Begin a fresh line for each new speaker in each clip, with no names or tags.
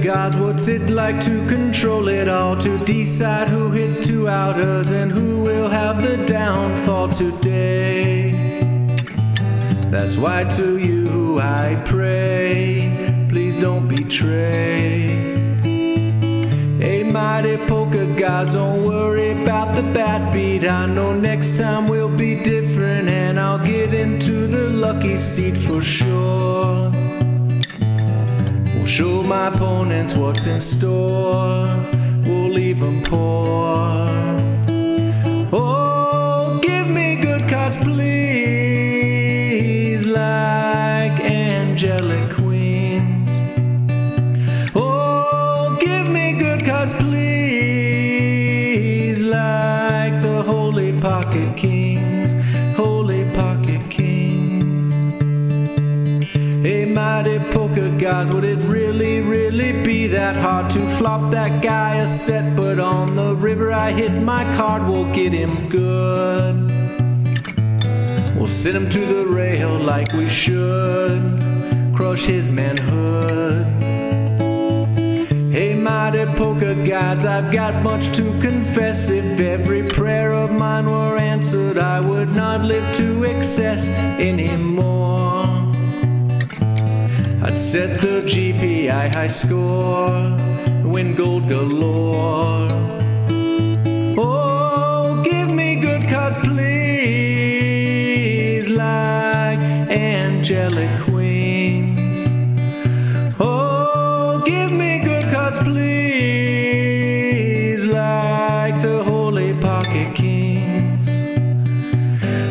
God, what's it like to control it all? To decide who hits two outers and who will have the downfall today. That's why to you I pray, please don't betray. A mighty poker gods, don't worry about the bat beat. I know next time will be different, and I'll get into the lucky seat for sure. We'll show my opponents what's in store, we'll leave them poor. Oh, give me good cards, please, like angelic queens. Oh, give me good cards, please, like the holy pocket kings, holy pocket kings. Hey, mighty poker gods, would it really, really be that hard to flop that guy a set? But on the river, I hit my card, we'll get him good. We'll send him to the rail like we should, crush his manhood. Hey, mighty poker gods, I've got much to confess. If every prayer of mine were answered, I would not live to excess anymore. I'd set the GPI high score, win gold galore. Oh, give me good cards, please, like angelic queens. Oh, give me good cards, please, like the holy pocket kings.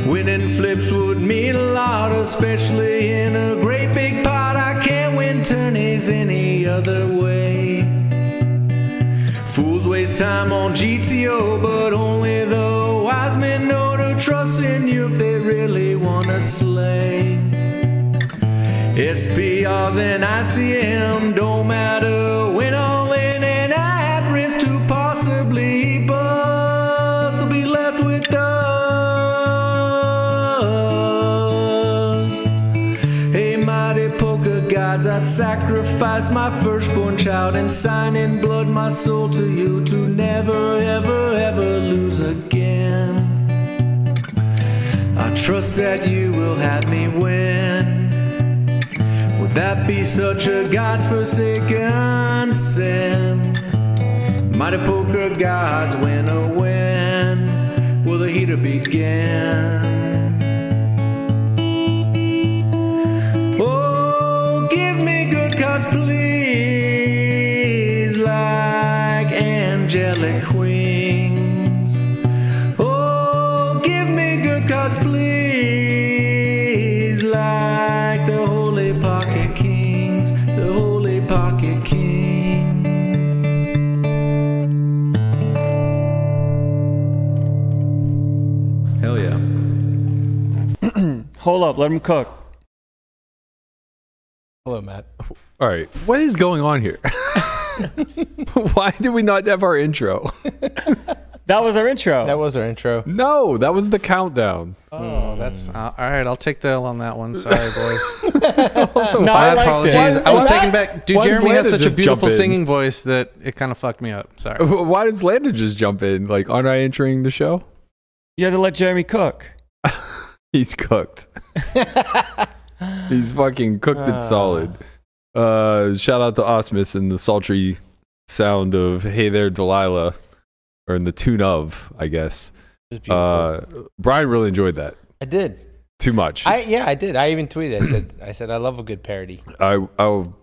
Winning flips would mean a lot, especially in a great big pot. I can't win tourneys any other way. Fools waste time on GTO, but only the wise men know to trust in you if they really wanna slay. SPRs and ICM don't matter when all in and at risk to possibly bust will be left with us. Hey, mighty poker gods, I'd sacrifice my firstborn child and sign in blood my soul to you to never, ever, ever lose again. I trust that you will have me win. Would that be such a godforsaken sin? Mighty poker gods win a win. Will the heater begin? Oh, give me good cards, please, like angelic queens. Oh, give me good cards, please, like the holy pocket kings, the holy pocket kings. Hell yeah.
Hold up, let him cook.
Hello, Matt. All right. What is going on here? Why did we not have our intro?
That was our intro.
That was our intro.
No, that was the countdown.
Oh, that's uh, all right. I'll take the L on that one. Sorry, boys.
Also,
No,
My
I liked it.
apologies.
Why-
I was
why-
taken back. Dude,
why does
Jeremy has
Landa
such a
just
beautiful
jump in?
singing voice that it kind of fucked me up. Sorry.
why did Slander just jump in? Like, aren't I entering the show?
You had to let Jeremy cook.
He's cooked. He's fucking cooked it
Ah.
solid. Uh, shout out to Osmus and the sultry sound of "Hey there, Delilah," or in the tune of, I guess. Uh, Brian really enjoyed that.
I did.
Too much.
I yeah, I did. I even tweeted. I said, I said, I love a good parody.
I I'll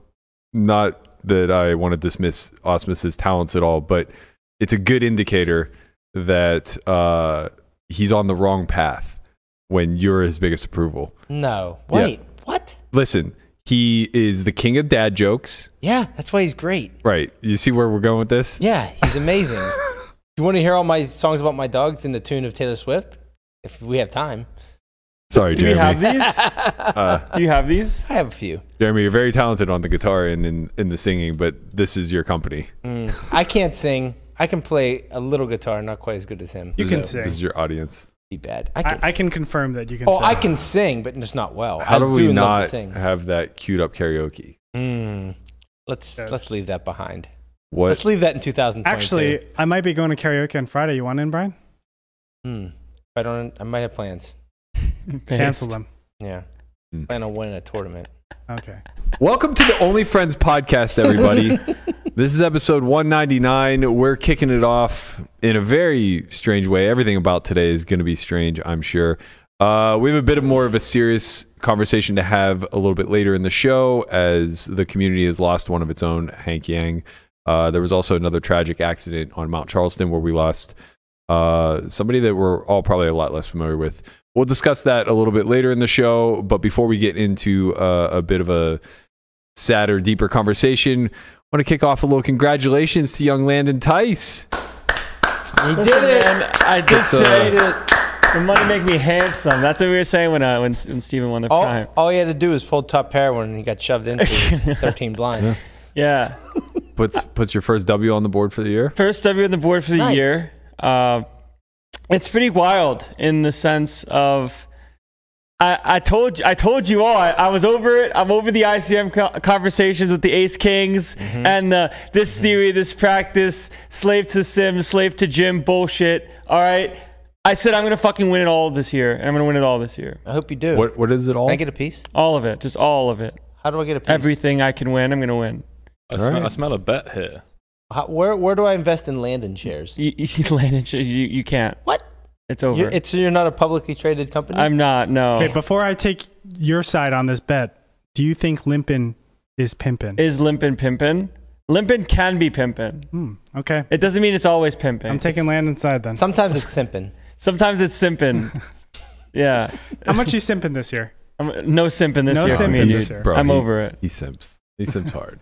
not that I want to dismiss Osmus's talents at all, but it's a good indicator that uh, he's on the wrong path when you're his biggest approval.
No,
Yeah.
wait, what?
Listen, he is the king of dad jokes.
Yeah, that's why he's great.
Right. You see where we're going with this?
Yeah, he's amazing. you want to hear all my songs about my dogs in the tune of Taylor Swift? If we have time,
Sorry,
Do you have
Jeremy.
these?
Uh,
Do you have these?
I have a few.
Jeremy, you're very talented on the guitar and in, in the singing, but this is your company.
Mm. I can't sing. I can play a little guitar, not quite as good as him.
You
This
can
is-
sing.
This is your audience.
Be bad. I can.
I, I can confirm that you can.
oh,
sing.
I can sing, but just not well.
How
I
do
do
we
love
not
to sing.
have that queued up karaoke?
Mm. Let's
Yes.
let's leave that behind.
What?
Let's leave that in 2022.
Actually, I might be going to karaoke on Friday. You want in, Brian?
Hmm. If I don't. I might have plans.
Cancel
Based.
them.
Yeah.
Hmm.
Plan on winning a tournament.
Okay.
Welcome to the Only Friends podcast, everybody. this is episode 199. We're kicking it off in a very strange way. Everything about today is going to be strange, I'm sure. Uh, we have a bit of more of a serious conversation to have a little bit later in the show as the community has lost one of its own, Hank Yang. Uh, there was also another tragic accident on Mount Charleston where we lost uh, somebody that we're all probably a lot less familiar with. We'll discuss that a little bit later in the show. But before we get into uh, a bit of a sadder, deeper conversation, I want to kick off a little congratulations to young Landon Tice.
You did
Listen,
it.
man, I did
It's,
say
uh,
that the money make me handsome. That's what we were saying when uh, when, when Steven won the
All,
prime.
all he had to do was fold top pair when he got shoved into 13 blinds.
Yeah.
Puts puts your first W on the board for the year.
First W on the board for the
Nice.
year. Uh, it's pretty wild in the sense of I, I told you, I told you all I, I was over it. I'm over the ICM co- conversations with the Ace Kings and the, this theory, this practice, slave to sim, slave to gym bullshit. All right, I said I'm gonna fucking win it all this year. and I'm gonna win it all this year,
I hope you do.
What what is it all?
Can I get a piece?
all of it, just all of it.
How do I get a piece?
Everything I can win, I'm gonna win.
I, smell,
right.
I smell a bet here.
How, where where do I invest in Landon shares?
You, you, Landon, you, you can't.
What?
It's over.
You're, it's you're not a publicly traded company.
I'm not.
Oh.
No.
Wait, before I take your side on this bet, do you think Limpin is pimpin?
is limpin' pimpin'. Limpin' can be pimpin'.
Hmm. Okay.
It doesn't mean it's always pimpin'.
I'm taking
It's-
land inside then.
Sometimes it's simping.
Sometimes it's simpin'. yeah.
How much you simping this year?
I'm- no simpin' this
No
year. for
simpin'
me,
this
dude.
year.
bro,
I'm
he-
over it.
He simps. He simps hard.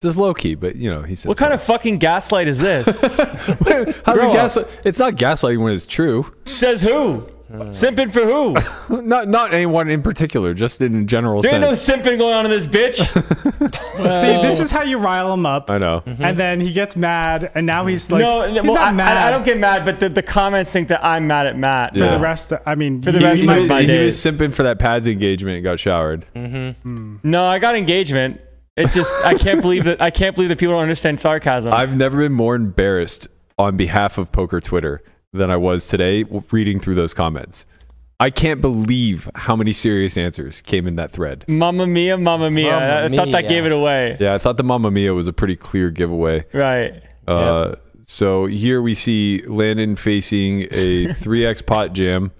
Just low key, but you know he simps.
What kind of fucking gaslight is this?
hard. How's it gaslight? It's not gaslighting when it's true.
Says who? Simpin' for who?
Not not anyone in particular. Just in general
There ain't no
sense.
simpin' going on in this bitch.
See,
Oh.
this is how you rile him up,
I
Mm-hmm.
know.
and then he gets mad, and now he's like,
Uh-huh. no, no,
he's
well,
not
I,
mad.
I, I don't get mad, but the, the comments think that I'm mad at Matt.
for
Yeah.
the rest. Of, I mean,
For the
you
rest
He
might-
of
was,
my
he was
days.
simping for that pads engagement and got showered.
No, I got engagement. It just I can't believe that I can't believe that people don't understand sarcasm.
I've never been more embarrassed on behalf of poker Twitter than I was today w- reading through those comments. I can't believe how many serious answers came in that thread.
Mamma mia, mamma mia.
Mamma
I thought that
mia.
gave it away.
Yeah, I thought the Mamma Mia was a pretty clear giveaway.
Right.
Uh, So here we see Landon facing a 3x pot jam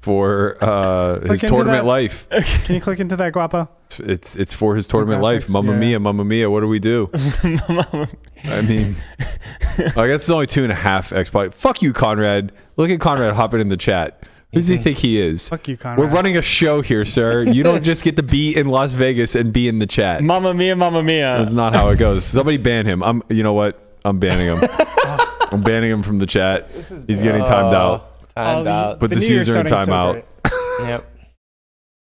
for uh, his
into
tournament
that.
life.
Can you click into that guapo?
It's it's for his tournament life.
Graphics,
Mamma
yeah.
Mia, Mamma Mia. What do we do? I mean, I guess it's only two and a half X pot. Fuck you, Conrad. Look at Conrad hopping in the chat. Who does he think he is?
Fuck you, Conrad.
We're running a show here, sir. You don't just get to be in Las Vegas and be in the chat.
Mamma mia, mamma mia.
uh,
That's not how it goes. Somebody ban him. I'm. You know what? I'm banning him. I'm banning him from the chat. He's getting timed out.
All
Oh, Timed
the-
out.
Put
Uh, the
this
New Year's
user in
starting so
timeout.
great.
yep.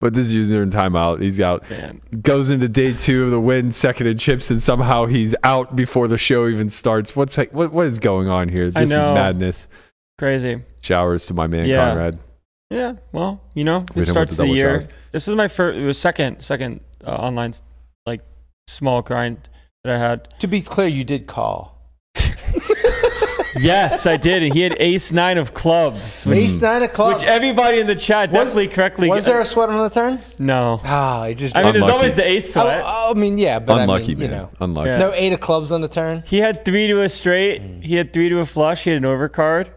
But this user in timeout. He's out.
Man.
Goes into day two of the win, second and chips, and somehow he's out before the show even starts. What's what? What is going on here?
I
This is
know.
madness.
Crazy.
Showers to my man
Yeah.
Conrad.
Yeah. Well, you know,
We
it
don't want
starts
the
the
double
year.
shots.
This is my first, it was second, second uh, online, like small grind that I had.
To be clear, you did call.
Yes, I did. And he had ace nine of clubs, which,
Ace nine o'clock.
which everybody in the chat
Was-
definitely correctly.
was there a sweat on the turn?
no.
Ah, I just.
I mean, there's
Unlucky.
always the ace
I,
sweat.
I mean, yeah, but
Unlucky
I mean,
man.
You know,
Unlucky.
Yeah.
no eight of clubs on the turn.
He had three to a straight. He had three to a flush. He had an overcard.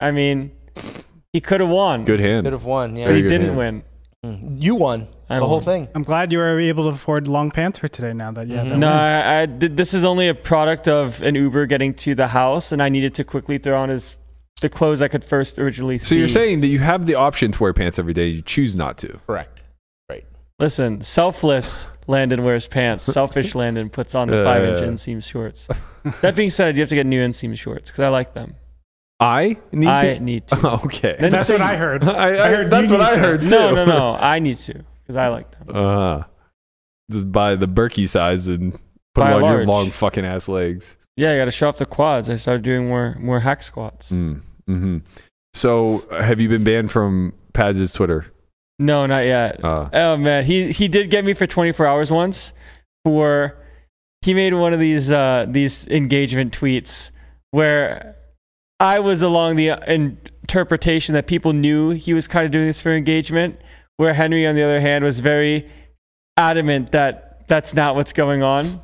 I mean, he could have won,
Good hand.
Could have won. Yeah,
but he
good
didn't
hand.
win.
you won
I
the whole
won.
thing.
I'm glad you were able to afford long pants for today. Now that yeah, that
Mm-hmm. No,
went-
I, I did, this is only a product of an Uber getting to the house, and I needed to quickly throw on his the clothes I could first originally see.
So you're saying that you have the option to wear pants every day, you choose not to.
Correct.
Listen, selfless Landon wears pants. Selfish Landon puts on the
Uh.
five inch inseam shorts. That being said, I do have to get new inseam shorts because I like them.
I need
I
to.
need to.
okay.
Then-
that's what I heard.
I, I,
I heard
that's
you
what I
need to.
heard too.
No, no, no. I need to because I like them.
Uh, just buy the Berkey size and put
Buy
them on
a
your
large.
long fucking ass legs.
Yeah, I got to show off the quads. I started doing more more hack squats.
Mm, hmm So uh, have you been banned from Pads' Twitter?
No, not yet.
Uh,
Oh man, he he did get me for 24 hours once for he made one of these uh, these engagement tweets where I was along the uh, interpretation that people knew he was kind of doing this for engagement, where Henry, on the other hand, was very adamant that that's not what's going on.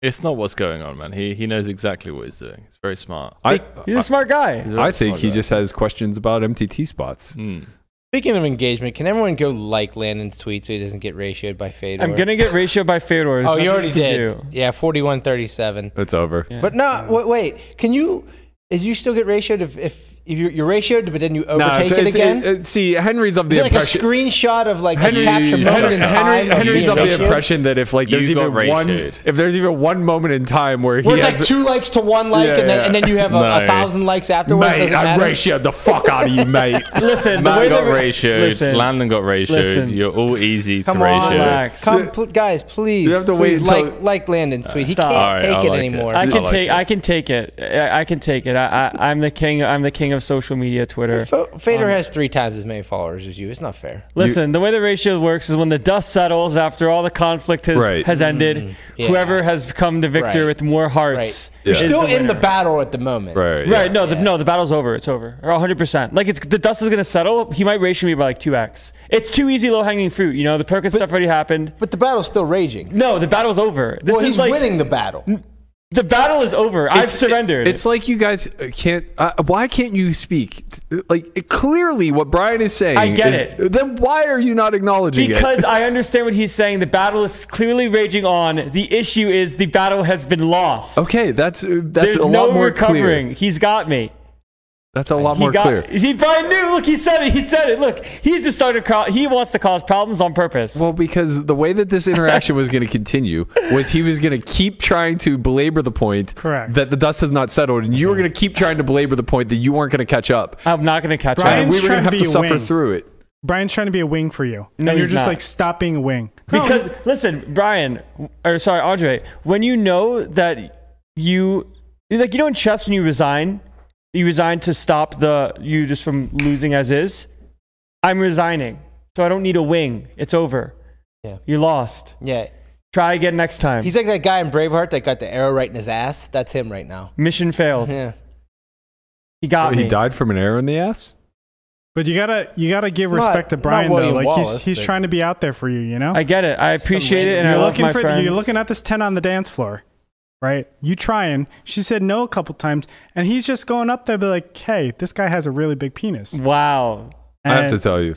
It's
Oh,
not what's going on, man. He he knows exactly what he's doing. It's very smart.
I,
He's a smart guy.
He's a very
I think
smart
he
guy.
just has questions about MTT spots.
Mm.
Speaking of engagement, can everyone go like Landon's tweet so he doesn't get ratioed by Fedor?
I'm gonna get ratioed by Fedor. There's
Oh, you
nothing
already
can
did.
do.
Yeah, forty-one thirty-seven.
It's over.
Yeah.
But no, wait, wait. Can you? Is you still get ratioed if if, if you're, you're ratioed, but then you overtake
No, it's,
it
it's,
again?
it- it- see, Henry's of
is
the
it like a
impression.
screenshot of like
Henry,
a capture
Henry-
moment in
Henry-
time? of
Henry's
being
of the
ratioed?
impression that if like there's
You got
even one,
ratioed.
if there's even one moment in time where he
Where it's
has,
like two likes to one like,
Yeah,
and, then,
yeah.
and then you have a, a
No.
thousand likes afterwards.
mate,
doesn't
I
matter.
ratioed the fuck out of you, mate.
Listen, the way
Matt got
the-
ratioed.
Listen,
Landon got ratioed.
Listen.
You're all easy
Come
to
on,
ratio.
relax.
Come, pl- guys, please.
You have to
please
wait until-
like like Landon's tweet. He
Stop.
can't
All right,
take
I
it
like it.
anymore.
I
I
can
like
take.
it.
I can take it. I, I can take it. I, I, I'm the king. I'm the king of social media, Twitter.
F- Fader
Um,
has three times as many followers as you. It's not fair.
Listen, the way the ratio works is when the dust settles after all the conflict has,
Right.
has ended,
Mm-hmm. yeah.
whoever has come the victor
Right.
with more hearts.
Right. You're
Yeah.
is
still in the
winner.
battle at the moment.
right, yeah.
Right, no, the, no, the battle's over. It's over. 100%. Like, it's the dust is going to settle. He might ratio me by like 2x. It's too easy, low hanging fruit. You know, the Perkins stuff already happened.
But the battle's still raging.
No, the battle's over. This
well,
is
he's
like,
winning the battle.
the battle is over. I've
It's-
surrendered.
it- it's like you guys uh, can't. Uh, why can't you speak? Like it- clearly, what Brian is saying.
I get
is-
it.
Then why are you not acknowledging it?
because I understand what he's saying. The battle is clearly raging on. The issue is the battle has been lost.
Okay, that's uh, that's
There's
a
no
lot more
recovering.
clear.
He's got me.
That's a lot
He
more
got.
clear.
He probably knew. Look, he said it. He said it. Look, he's just started. Cro- he wants to cause problems on purpose.
Well, because the way that this interaction was going to continue was he was going to keep trying to belabor the point
Correct.
that the dust has not settled, and you were going to keep trying to belabor the point that you weren't going to catch up.
I'm not going to catch
And
Brian's
on
we were
trying
going
to
to have to
be a
suffer
wing.
through it.
Brian's trying to be a wing for you.
No,
and you're
he's
just
not.
like, stop being a wing.
because listen, Brian, or sorry, Andre. When you know that you like, you know, in chess when you resign, you resign to stop the you just from losing as is. I'm resigning, so I don't need a wing. It's over.
Yeah.
You lost.
Yeah.
Try again next time.
He's like that guy in Braveheart that got the arrow right in his ass. That's him right now.
Mission failed.
Yeah.
He got
he
me.
died from an arrow in the ass.
But you gotta you gotta give
Not-
respect to
not
Brian though.
William
Like
Wallace,
he's he's
but-
trying to be out there for you. You know.
I get it. I appreciate it, and
you're
I love
looking
my
for
friends.
you're looking at this ten on the dance floor, right? You trying? She said no a couple times, and he's just going up there, be like, "Hey, this guy has a really big penis."
Mm-hmm.
Wow.
I have
And-
to tell you,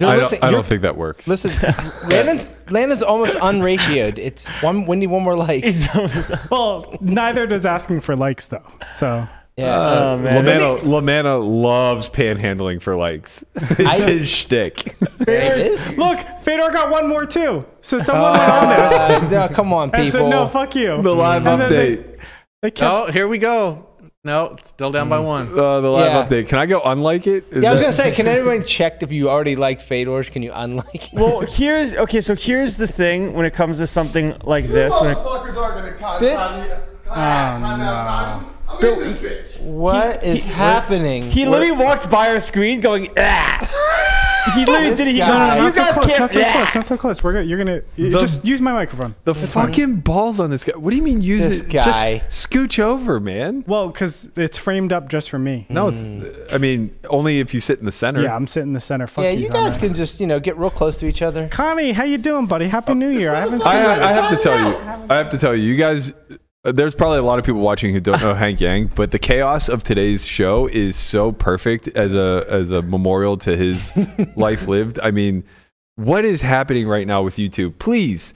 No,
I
listen,
don't, I
you're-
don't think that works.
Listen, Landon's, Landon's almost unratioed. It's one. We need one more like.
He's almost-
well, neither does asking for likes though. So
Uh,
Yeah.
Oh, man.
Lamanna, Lamanna loves panhandling for likes. It's
I-
his shtick.
There it is.
look, Fedor got one more too. So someone went on there
Uh, no, come on,
and said,
people.
"No, fuck you."
The live
Mm-hmm.
And then they-
update.
They kept
Oh, here we go. No, it's still down by one.
Uh, the live
Yeah.
update. Can I go unlike it? Is
Yeah, I was
that-
gonna say, can anyone check if you already liked Fedor's? Can you unlike? it?
well, here's okay. So here's the thing when it comes to something like this. When it,
Motherfuckers are gonna con-
This-
con- con- con- con- I'm in this bitch.
What is happening?
he literally walked by our screen going, ah. He literally
This
did it. He
guy.
goes,
No, no, no,
you
not so
guys
close,
can't.
not so
ah."
close, not so close. We're gonna, you're gonna you-
The-
just use my microphone.
The fucking balls on this guy. What do you mean use
This
it?
guy.
Just scooch over, man.
Well, because it's framed up just for me.
No, it's. I mean, only if you sit in the center.
Yeah, I'm sitting in the center. Fuck
Mm. yeah,
you,
you guys
Conrad.
can just you know get real close to each other.
Connie, how you doing, buddy? Happy New Year. I haven't seen
I,
you.
have, I have to tell you. I have to tell you. You guys. uh, There's probably a lot of people watching who don't know Hank Yang, but the chaos of today's show is so perfect as a as a memorial to his life lived. I mean, what is happening right now with YouTube? Please,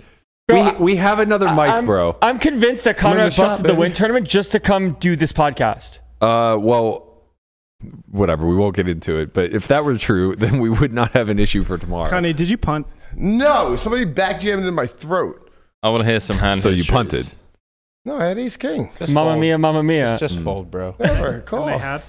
Bro, I-
we, we have another mic,
I'm,
bro.
I'm convinced that
in
Conrad
the shop,
busted the win
baby.
tournament just to come do this podcast.
Uh, well, whatever. We won't get into it. But if that were true, then we would not have an issue for tomorrow.
Connie, did you punt?
No, somebody back jammed in my throat.
I want to hear some hand.
So you
gestures.
punted.
No, I had Ace King.
Just
Mamma
fold.
mia, mamma mia.
Just, just fold, bro.
Never.
They
Call.
had.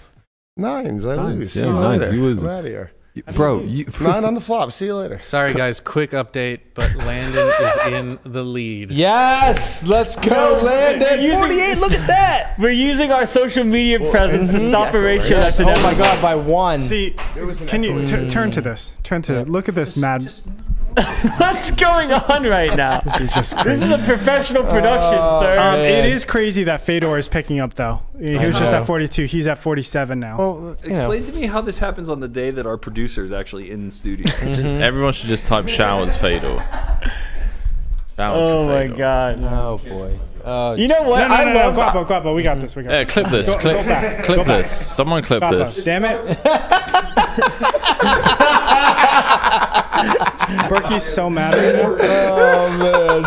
Nines. I
Nines,
lose.
yeah,
See you
nines,
later.
you lose.
I'm out of here.
bro. You,
Nine on the flop. See you later.
Sorry, guys. Quick update, but Landon is in the lead.
Yes, let's go,
No,
Landon.
you're using-
Forty-eight. Look at that.
We're using our social media presence to stop a ratio that's
Yes,
an
oh my god, by one.
See,
was an
can you
echo.
t- turn to this? Turn to look at this mad.
What's going on right now?
This is just
This
crazy.
is a professional production, sir.
um, it
man.
is crazy that Fedor is picking up though. He was just
know.
at 42. He's at 47 now.
Well,
Explain
to me how this happens on the day that our producer is actually in studio.
Hmm? Everyone should just type showers Fedor. Showers
oh
for
my
Fedor.
god.
Oh boy. Oh,
You know what?
no, no,
I
no, no,
love
Guapo, Guapo, we got this. We got
Yeah,
this.
clip this.
Go-
clip
go back,
clip
go back.
this. Someone clip
Guapo,
this.
damn it. Berkey's so mad right now.
oh man.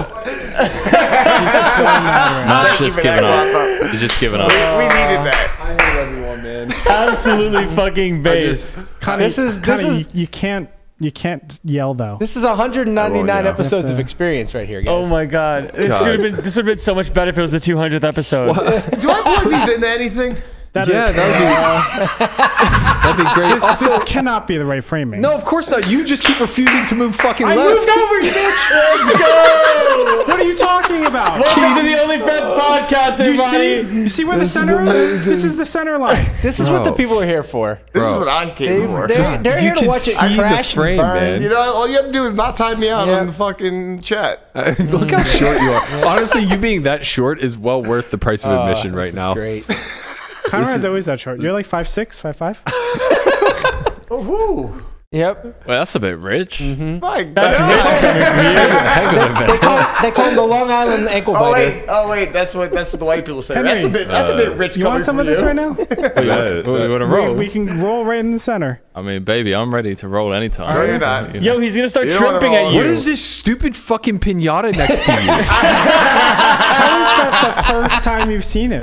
He's so mad right now.
Matt's
Thank you
just
for that,
giving up.
Guapo.
He's just giving up.
we needed that.
I hate everyone, man.
absolutely fucking based.
This is this
Kinda,
is
you, you can't you can't yell though.
this is 199
I won't, yeah.
episodes of experience right here, guys.
Oh my god. This
God.
should have been this would have been so much better if it was the 200th episode.
Do I plug these into anything?
That
Yeah,
is-
that would be, that'd be great.
this,
Also-
this cannot be the right framing.
no, of course not. You just keep refusing to move fucking
I
left.
moved over, you bitch! Let's go!
What are you talking about?
Welcome to the Only Friends podcast,
Do you see?
everybody.
You see where the center is? This is the center line.
This is what the people are here for.
This is what I came for.
They're, they're
you
here to
can
watch it
see the
crash
frame,
and burn.
man.
You know, all you have to do is not time me out
Yeah.
on the fucking chat.
Look how short you are. Honestly, you being that short is well worth the price of
Uh,
admission right
this is
now.
Great.
Conrad's always that short. You're like five six, five five.
Woohoo!
Yep.
Wait, that's a bit rich.
My God.
Hang on a minute.
They call, they call him the Long Island ankle
Oh
biter.
wait, oh wait, that's what that's what the white people say.
Henry,
that's a bit that's a bit rich.
Uh, You want
coming
some of
from
this
you.
right now?
What, you
Yeah,
want, what, you
yeah.
want to
We,
roll?
we can roll right in the center.
I mean, baby, I'm ready to roll anytime.
No, you're not.
Yo, he's gonna start
You don't wanna
shrimping
roll
at
on
you.
What is this stupid fucking pinata next to you?
How is that the first time you've seen it?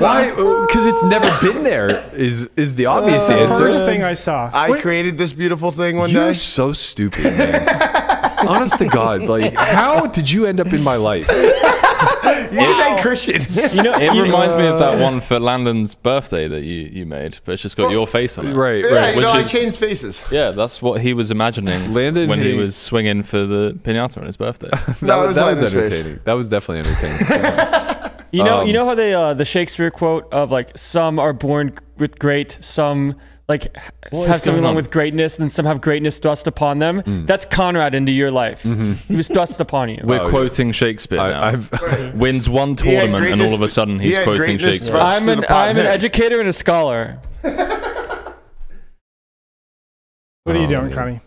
Why? Because it's never been there. Is is the obvious
The
answer?
first thing I saw.
I created this beautiful thing one
You're
day.
so stupid, man. Honest to God, like, how did you end up in my life?
You did that Christian.
You know,
It
you-
reminds me of that one for Landon's birthday that you, you made, but it's just got your face on it.
Right,
yeah,
right.
you
Which
know, I
is-
changed faces.
Yeah, that's what he was imagining
Landon
when he
hates-
was swinging for the pinata on his birthday.
No,
that
it
was,
was
that
not
was
in his face.
entertaining. That was definitely entertaining.
You know, you know how they uh, the Shakespeare quote of like some are born with great, some like h- have something
going
wrong
on?
with greatness, and then some have greatness thrust upon them.
Hmm.
That's Conrad into your life.
Mm-hmm.
He was thrust upon you.
We're
yeah.
quoting Shakespeare now.
I, I've,
Wins one
He had
tournament, and all of a
greatness-
sudden
he
he's
had
quoting
greatness
Shakespeare.
thrust
I'm an
upon
I'm an
him.
educator and a scholar.
What are you
Oh,
doing,
man.
Connie?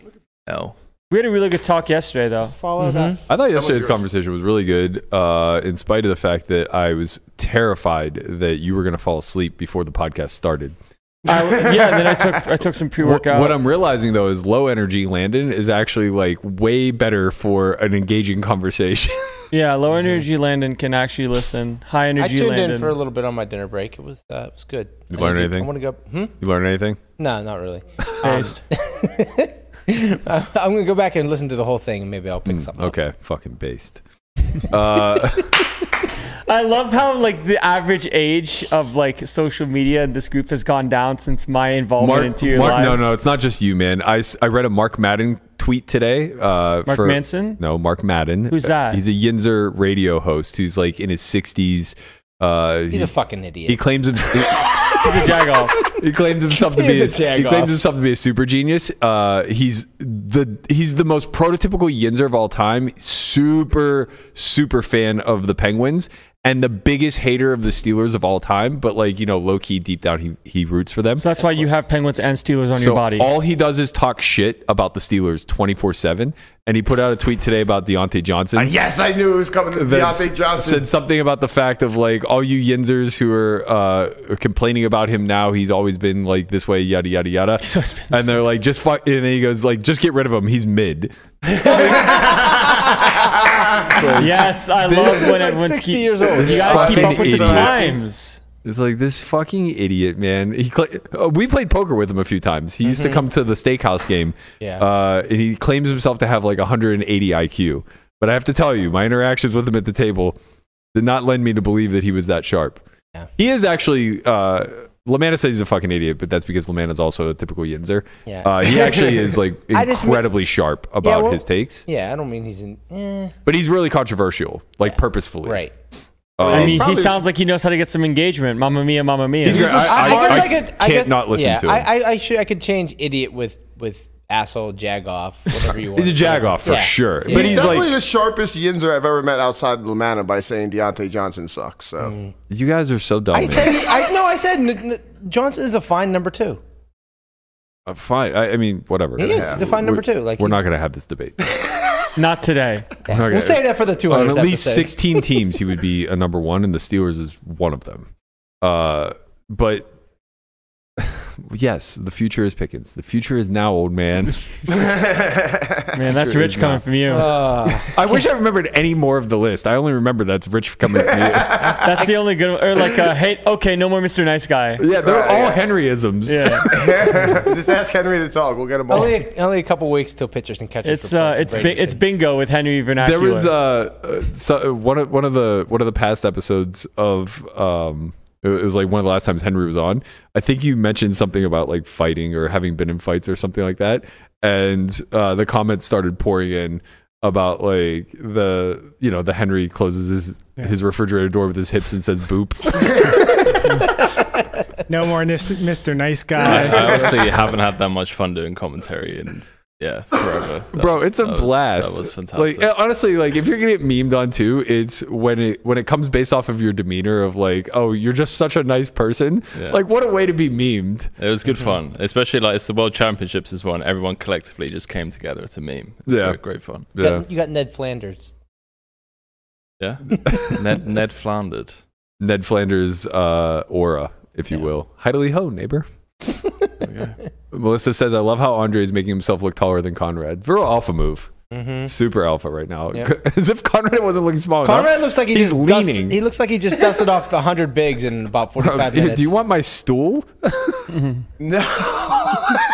Hell.
We had a really good talk yesterday, though.
Follow that.
I thought yesterday's conversation was really good, uh, in spite of the fact that I was terrified that you were going to fall asleep before the podcast started.
I, yeah, and then I took I took some pre
What,
workout.
what I'm realizing though is low energy Landon is actually like way better for an engaging conversation.
Yeah, low energy Landon can actually listen. High
I
energy
tuned
Landon.
in for a little bit on my dinner break. It was uh, it was good.
You
I
learn
need to-
anything?
I want to go. Hmm?
you learn anything?
No, not really.
Based.
I- I'm gonna go back and listen to the whole thing, and maybe I'll
Hmm,
pick something. up.
Okay, fucking based. Uh,
I love how like the average age of like social media and this group has gone down since my involvement into your
Mark- no,
lives.
no, it's not just you, man. I, s- I read a Mark Madden tweet today. Uh,
Mark
for-
Manson?
No, Mark Madden.
Who's that?
He's a Yinzer radio host who's like in his 60s. Uh,
He's a
he's-
fucking idiot.
he claims him.
He's a jagoff.
He claimed himself to
He
be a,
is a
he
jag-off.
claimed himself to be a super genius. Uh, he's the he's the most prototypical Yinzer of all time. Super super fan of the Penguins and the biggest hater of the Steelers of all time. But like you know, low key deep down, he he roots for them.
So that's why you have Penguins and Steelers on
So
your body.
all he does is talk shit about the Steelers twenty four seven. And he put out a tweet today about Deontay Johnson.
Yes, I knew it was coming to
that s-
Deontay Johnson.
said something about the fact of like all you Yinzers who are uh, complaining about him now. He's always been like this way, yada yada yada.
always been
And they're like, just fuck. And he goes like, just get rid of him. He's mid.
yes, I
This
love
is
when
like
everyone's
60
keep-
years old.
You gotta keep
fucking
up with the
idiot.
times.
It's like this fucking idiot, man. He cla uh, we played poker with him a few times. He used to come to the steakhouse game.
Mm-hmm. Yeah.
Uh, and he claims himself to have like 180 IQ. But I have to tell you, my interactions with him at the table did not lend me to believe that he was that sharp.
Yeah.
He is actually. Uh, Lamanna says he's a fucking idiot, but that's because Lamanna's also a typical Yinzer.
Yeah.
Uh, he actually is like
I just-
incredibly sharp about
well-
his takes,
Yeah, I don't mean he's in. Eh,
but he's really controversial, like purposefully.
right.
Um,
I mean, he
probably was-
sounds like he knows how to get some engagement. Mamma mia, mamma mia.
He's great. I- I- I can't not listen
yeah,
to him.
I, I, I should. I could change idiot with with asshole jagoff, whatever you want.
He's a jagoff for
Yeah.
sure,
Yeah.
but
He's
he's,
definitely
like,
the sharpest yinzer I've ever met outside Lamanna by saying Deontay Johnson sucks. So
you guys are so dumb.
I
man.
said, I, no, I said n- n- Johnson is a fine number two.
Uh, fine. I, I mean, whatever.
He is. He's a fine number
We're-
two. Like
we're
he's-
not going to have this debate.
Not today.
Yeah.
Okay.
We'll say that for the 200.
on at least
episode.
16 teams he would be a number one and the steelers is one of them uh, but yes the future is pickens the future is now old man Mm.
Man, that's
Sure
rich
is
coming
not.
from you.
Uh,
i wish i remembered any more of the list i only remember that's rich coming from you
that's the only good. Or like, uh, hey, okay, no more Mr. Nice Guy.
yeah they're
Right,
all
yeah.
henryisms
Yeah,
Just ask Henry to talk. We'll get him all.
only, a, only a couple weeks till pitchers and catchers.
it's uh, it's bi- it's bingo with Henry Vernacular.
there was uh, uh, so, uh, one of one of the one of the past episodes of um it it was like one of the last times Henry was on. I think you mentioned something about like fighting or having been in fights or something like that, and uh, the comments started pouring in about like the you know the Henry closes his his refrigerator door with his hips and says boop.
No more nis- Mr. Nice
I,
Guy.
I honestly haven't had that much fun doing commentary and yeah, forever. That
bro
was-
it's a
that was-
blast
that was fantastic.
like honestly like if you're gonna get memed on too it's when it when it comes based off of your demeanor of like oh you're just such a nice person
Yeah.
like what a way to be memed
it was good fun, especially like it's the World Championships as well. And everyone collectively just came together to meme. It's
Yeah.
great, great fun.
You got, you got Ned Flanders.
Yeah, Ned Ned floundered.
ned flanders uh aura if you
Yeah.
will heidely ho neighbor
There we go.
melissa says i love how andre is making himself look taller than conrad Vero alpha move
Mm-hmm.
super alpha right now
Yeah.
as if conrad wasn't looking small enough.
Conrad looks like he
Oh, He's
just dust-
leaning.
he looks like he just dusted off the hundred bigs in about
Bro,
forty-five minutes.
do you want my stool
No.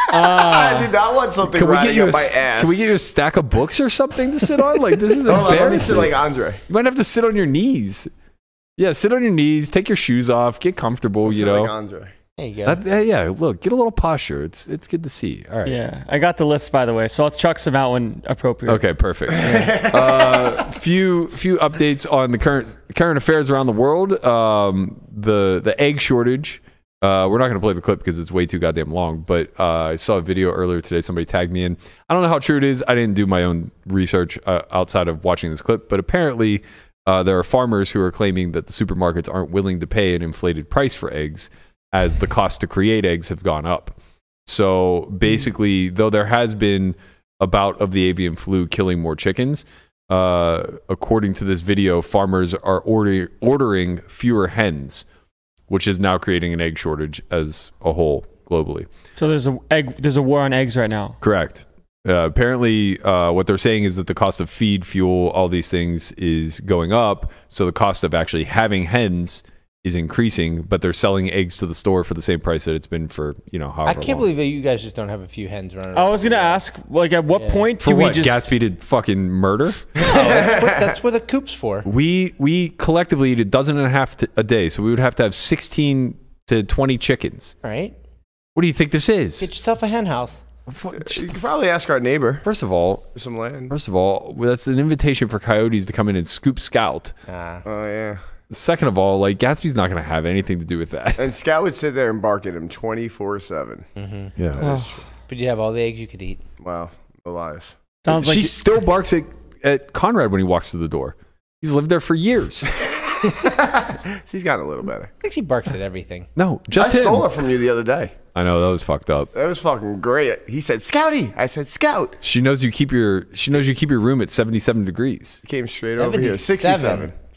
I did not want something
Uh, can we
riding
get you
up
a,
my
s-
ass.
can we get you a stack of books or something to sit on like this is
Hold on, let me
embarrassing.
sit like Andre.
You might have to sit on your knees. Yeah, sit on your knees, take your shoes off, get comfortable, Oh, you
sit
know.
like Andre.
There you go.
That- yeah, yeah, look, get a little posture. It's it's good to see. All right.
yeah, I got the list by the way, so I'll chuck some out when appropriate.
Okay, perfect. uh, few few updates on the current current affairs around the world. Um, the the egg shortage. Uh, we're not going to play the clip because it's way too goddamn long. But uh, I saw a video earlier today. Somebody tagged me in. I don't know how true it is. I didn't do my own research uh, outside of watching this clip. But apparently, uh, there are farmers who are claiming that the supermarkets aren't willing to pay an inflated price for eggs, as the cost to create eggs have gone up. So basically, though there has been a bout of the avian flu killing more chickens, uh, according to this video, farmers are order- ordering fewer hens, which is now creating an egg shortage as a whole globally.
So there's a egg. There's a war on eggs right now.
Correct. Uh, apparently, uh, what they're saying is that the cost of feed, fuel, all these things is going up. So the cost of actually having hens is increasing, but they're selling eggs to the store for the same price that it's been for, you know, however
I can't
long.
believe that you guys just don't have a few hens running.
I was gonna ask, like, at what
Yeah.
point
For
do
what?
we just?
Gatsby did fucking murder?
that's, what, that's what a coop's for.
We we collectively eat a dozen and a half t- a day, so we would have to have sixteen to twenty chickens.
Right?
What do you think this
Get
is?
yourself a hen house.
Fu-
You
just-
could probably ask our neighbor
First of all,
for some land.
first of all, that's an invitation for coyotes to come in and scoop scout.
Ah.
Oh yeah.
Second of all, like Gatsby's not going to have anything to do with that.
And Scout would sit there and bark at him twenty four seven.
Yeah,
But you have all the eggs you could eat.
Wow. The lies.
sounds like
she still barks at, at Conrad when he walks through the door. He's lived there for years.
She's gotten a little better.
I think she barks at everything.
No, just
I
him.
stole it from you the other day.
I know that was fucked up.
That was fucking great. He said, Scouty. I said, Scout.
She knows you keep your she knows you keep your room at seventy seven degrees.
He came straight over here.
77.
67.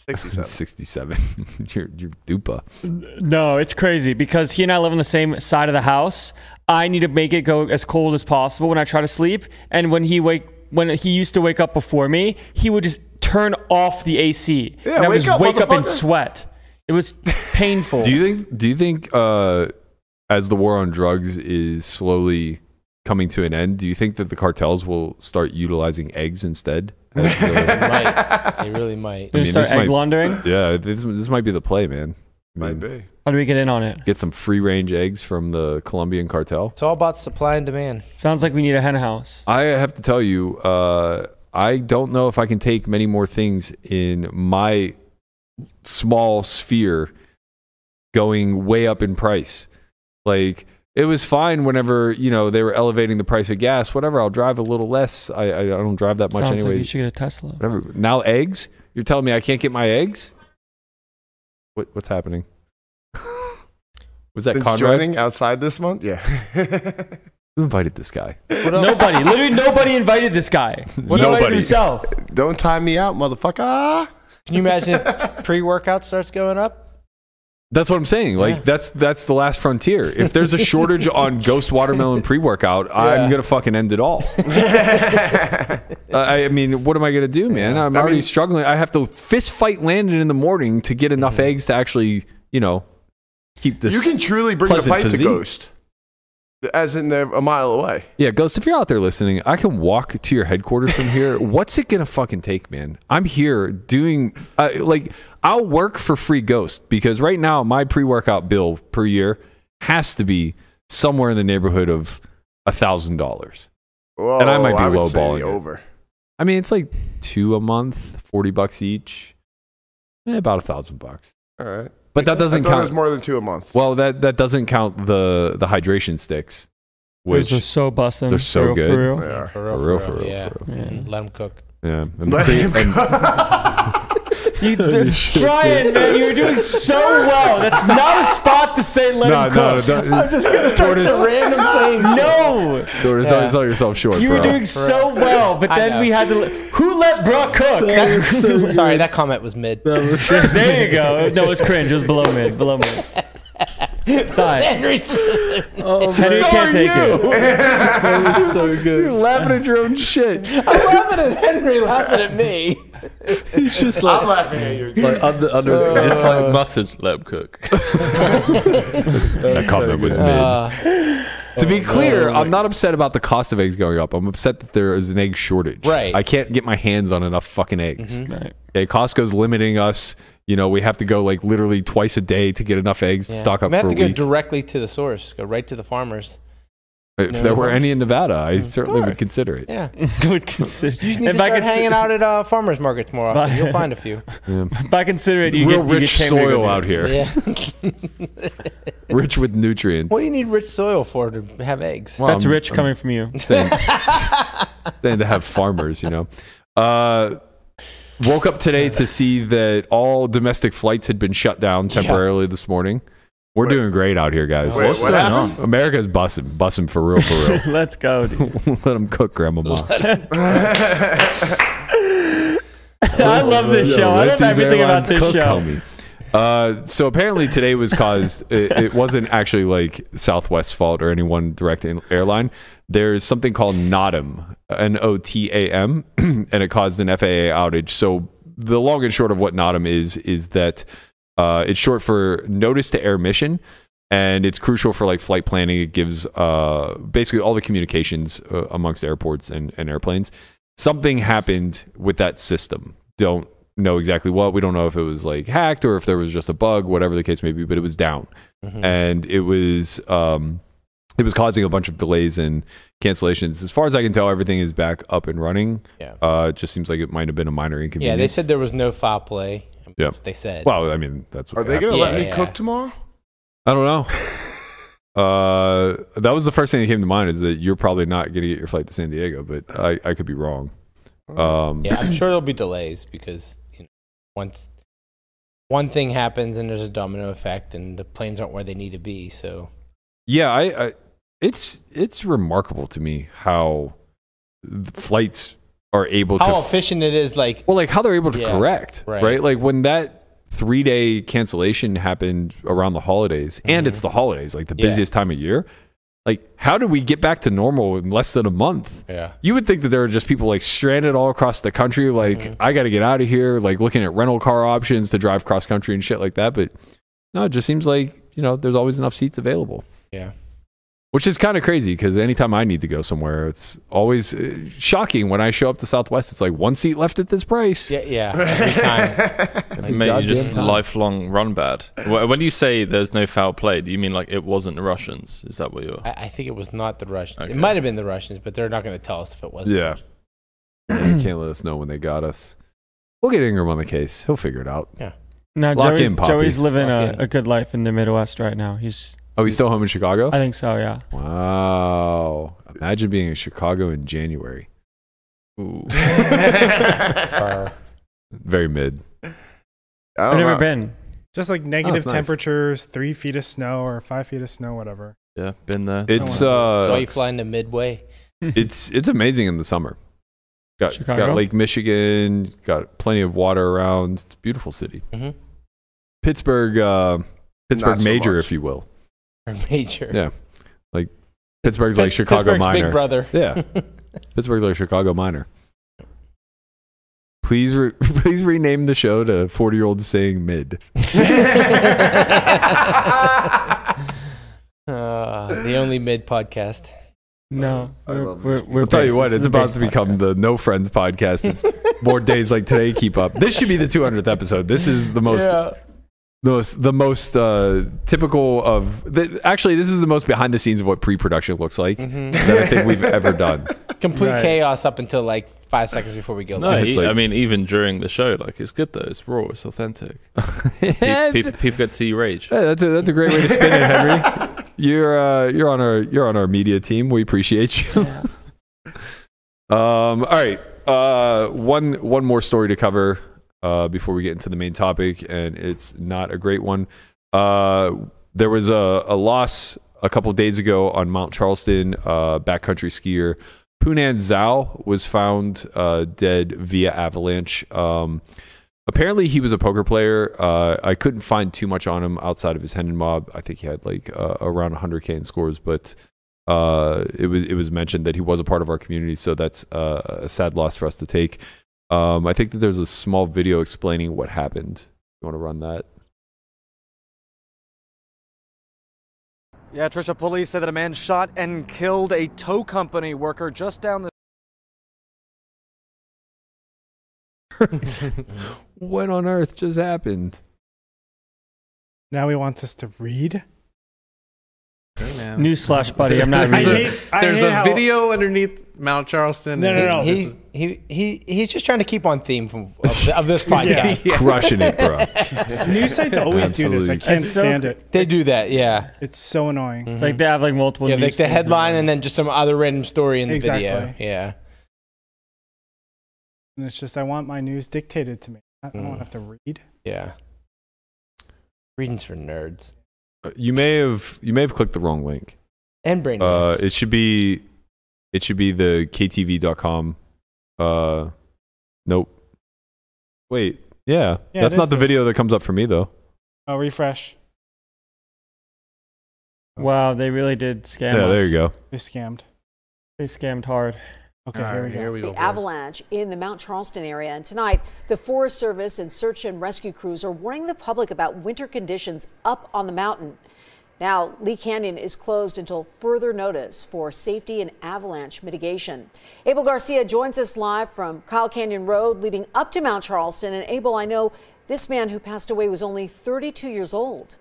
67.
67. you're, you're dupa.
no. It's crazy because he and I live on the same side of the house. I need to make it go as cold as possible when I try to sleep, and when he wake, when he used to wake up before me, he would just turn off the AC.
Yeah,
and I would
wake
just
up,
wake up in
motherfucker.
sweat. It was painful.
Do you think? Do you think? Uh, as the war on drugs is slowly coming to an end, do you think that the cartels will start utilizing eggs instead? As the-
Might. they really might.
Gonna
I mean,
start
this
egg
might-
laundering?
yeah, this, this might be the play, man. I mean,
Might be.
How do we get in on it?
Get some free range eggs from the Colombian cartel.
It's all about supply and demand.
Sounds like we need a hen house.
I have to tell you, uh, I don't know if I can take many more things in my small sphere going way up in price. Like it was fine whenever you know they were elevating the price of gas. Whatever, I'll drive a little less. I I, I don't drive that much
Sounds like
anyway.
you should get a Tesla.
whatever. Now eggs? You're telling me I can't get my eggs? What what's happening? Was that
Since
Conrad?
joining outside this month? Yeah.
Who invited this guy?
Nobody, literally nobody invited this guy. He invited
Nobody.
himself.
Don't time me out, motherfucker.
Can you imagine if pre-workout starts going up?
That's what I'm saying. Like
Yeah.
that's that's the last frontier. If there's a shortage on Ghost Watermelon pre-workout, I'm
Yeah.
gonna fucking end it all. I I mean, what am I gonna do, man? I'm
I
already
mean-
struggling. I have to fist fight Landon in the morning to get enough eggs to actually, you know, keep this.
Mm-hmm. you can truly bring the
pleasant
fight to
physique.
Ghost, as in they're a mile away.
Yeah, Ghost, if you're out there listening, I can walk to your headquarters from here. What's it going to fucking take, man? I'm here doing, uh, like, I'll work for free, Ghost, because right now my pre workout bill per year has to be somewhere in the neighborhood of a $1,000.
Whoa,
And I might be
would say
lowballing it.
over.
I mean, it's like two a month, 40 bucks each, eh, about a thousand bucks.
All right,
But that
I
doesn't
thought it was
count.
more than two a month.
Well, that, that doesn't count the, the hydration sticks, which
Those are so busting.
They're
for
so
real,
good.
For real.
They are.
for real, for real,
yeah.
for real.
Yeah.
Let them cook.
Yeah. And the
Let
crea-
him
and-
You, Brian, man, you're doing so well. That's not a spot to say let him cook.
No, no, don't- Tortoise,
Random saying.
No,
Tortoise,
Yeah.
don't sell yourself short,
you
bro.
were doing so well, but
I
then
know.
we had to. Let, who let Brock cook?
Sorry, that comment was mid.
there you go. No, it was cringe. It was below mid. Below mid. Sorry, Henry can't take it.
so good. You're laughing at your own shit.
I'm laughing at Henry laughing at me.
He's just
I'm laughing at you.
Like other, other, it's like mutters, let him cook.
that comment was made. to be
Oh,
clear, I'm not upset about the cost of eggs going up. I'm upset that there is an egg shortage.
Right. Mm-hmm.
I can't get my hands on enough fucking eggs. Okay, Costco's limiting us. You know, we have to go like literally twice a day to get enough eggs to stock up
I'm gonna
for
have
a
to go
week.
directly to the source. Go right to the farmers.
if there were any in Nevada, I certainly would consider it.
Yeah.
Would consider-
You just need
if
to
I
start
consi-
hanging out at uh, farmers markets more often.
Bye.
You'll find a few.
If I consider it, you
Real
get you
rich
get Cameron
soil
Griffin.
out here,
Yeah.
rich with nutrients.
what do you need rich soil for to have eggs?
Well,
That's
I'm-
rich
I'm-
coming from you.
saying, saying to have farmers, you know. Uh, woke up today to see that all domestic flights had been shut down temporarily this morning. We're
Wait.
doing great out here, guys.
Wait, What's what going happened?
America's bussing, bussing for real, for real.
Let's go. Dude.
Let them cook, Grandma.
I love this show. I love everything about this show.
Uh, so apparently today was caused. it, it wasn't actually like Southwest's fault or any one direct in- airline. There's something called NOTAM, N O T A M, and it caused an FAA outage. So the long and short of what NOTAM is is that uh, it's short for Notice to Air Mission, and it's crucial for like flight planning. It gives uh, basically all the communications uh, amongst airports and, and airplanes. Something happened with that system. Don't know exactly what. We don't know if it was like hacked or if there was just a bug, whatever the case may be, but it was down.
Mm-hmm.
And it was um it was causing a bunch of delays and cancellations. As far as I can tell, everything is back up and running.
Yeah.
Uh it just seems like it might have been a minor
Yeah,
inconvenience.
they said there was no foul play.
Yeah.
That's what they said.
Well, I mean, that's what
Are they
happened.
gonna
Yeah,
let me
yeah.
cook tomorrow?
I don't know. uh that was the first thing that came to mind is that you're probably not going to get your flight to San Diego, but I I could be wrong. Um
yeah, I'm sure there'll be delays because you know, once one thing happens and there's a domino effect and the planes aren't where they need to be. So
Yeah, I, I it's it's remarkable to me how the flights are able to
how
f-
efficient it is, like
well, like how they're able to
Yeah,
correct, right.
right.
Like when that three day cancellation happened around the holidays, and it's the holidays, like the
Mm-hmm. Yeah.
busiest time of year. Like, how do we get back to normal in less than a month?
yeah,
You would think that there are just people like stranded all across the country, like,
Mm-hmm.
I got to get out of here, like looking at rental car options to drive cross country and shit like that. But no, it just seems like, you know, there's always enough seats available
yeah,
which is kind of crazy because anytime I need to go somewhere, it's always uh, shocking when I show up to Southwest. It's like one seat left at this price.
yeah, yeah. every time.
Every
Mate, you
goddamn
just
time.
lifelong run bad. Wh- When you say there's no foul play, do you mean like it wasn't the Russians? Is that what you're?
I, I think it was not the Russians.
Okay.
It might have been the Russians, but they're not going to tell us if it was. the
Yeah.
Russians.
Yeah, you can't let us know when they got us. We'll get Ingram on the case. He'll figure it out.
Now
Lock
Joey's,
in, Poppy.
Joey's living
Lock
a,
in.
a good life in the Midwest right now. He's
Oh, he's still home in Chicago?
I think so. Yeah.
Wow. Imagine being in Chicago in January.
Ooh.
Or-
Very mid.
I
Oh,
I've
don't
never
know.
been.
Just
Oh,
like negative
nice.
temperatures, three feet of snow or five feet of snow, whatever.
Yeah, been there.
It's
so
uh
you fly into Midway.
it's it's amazing in the summer. Got
Chicago?
got Lake Michigan, got plenty of water around. It's a beautiful city.
Mhm.
Pittsburgh uh Pittsburgh
so
major,
much.
if you will.
Or major.
Yeah. Pittsburgh's like
Pitts-
Chicago
Pittsburgh's
minor.
Big brother.
Yeah. Pittsburgh's like Chicago minor. Please, re- please rename the show to 40 year olds saying mid.
Uh, the only mid podcast.
No.
I
we're-
love
we're-
this.
we're
I'll tell you
big.
what,
This
it's
is a
about
big
to become
podcast.
the No Friends podcast if more days like today keep up. This should be the 200th episode. This is the most,
Yeah.
the most, the most uh, typical of. The, actually, this is the most behind the scenes of what pre production looks like
Mhm.
that I think we've ever done.
Complete
Right.
chaos up until like five seconds before we go.
No,
uh,
live.
It's
e-
like-
I mean even during the show, like it's good though. It's raw. It's authentic. Pe- people, people get to see you
Uh,
rage.
Hey, that's a that's a great way to spin it, Henry. You're uh, you're on our you're on our media team. We appreciate you. um, all right. Uh, one one more story to cover uh, before we get into the main topic, and it's not a great one. Uh, there was a, a loss a couple days ago on Mount Charleston. Uh, backcountry skier Punan Zhao was found uh, dead via avalanche. Um, apparently he was a poker player uh, i couldn't find too much on him outside of his hendon mob i think he had like uh, around 100k in scores but uh, it was it was mentioned that he was a part of our community so that's uh, a sad loss for us to take um, i think that there's a small video explaining what happened you want to run that
Yeah, Trisha, police say that a man shot and killed a tow company worker just down the.
what on earth just happened
Now he wants us to read.
Hey, man.
Newsflash, buddy. I'm not
There's a-
reading.
I
There's
hate
a
how-
video underneath Mount Charleston.
No,
and
no, no.
this
he,
is-
he, he, he's just trying to keep on theme from of, th- of this podcast.
crushing it bro
News sites always do this. I
Absolutely.
can't
It's so
stand it.
They do that, yeah. Mm-hmm.
It's so annoying.
It's like they have like multiple.
yeah, like
news
the
things
headline
in
and then just some other random story in the video.
Exactly.
Yeah.
And it's just I want my news dictated to me. I don't
Mm.
want to have to read.
Yeah. Readings for nerds
you may have you may have clicked the wrong link
and brain.
Uh,
nerds.
it should be, it should be the ktv.com. Uh, nope. Wait, yeah,
Yeah, it
that's
is
not the
this.
video that comes up for me though.
Oh, refresh.
there. Wow, they really did scam.
yeah, there
us.
you go.
They scammed.
They scammed hard.
Okay,
All
here we
right,
go.
here we go.
The
boys.
avalanche in the Mount Charleston area. And tonight, the Forest Service and search and rescue crews are warning the public about winter conditions up on the mountain. Now, Lee Canyon is closed until further notice for safety and avalanche mitigation. Abel Garcia joins us live from Kyle Canyon Road leading up to Mount Charleston. And Abel, I know this man who passed away was only 32 years old.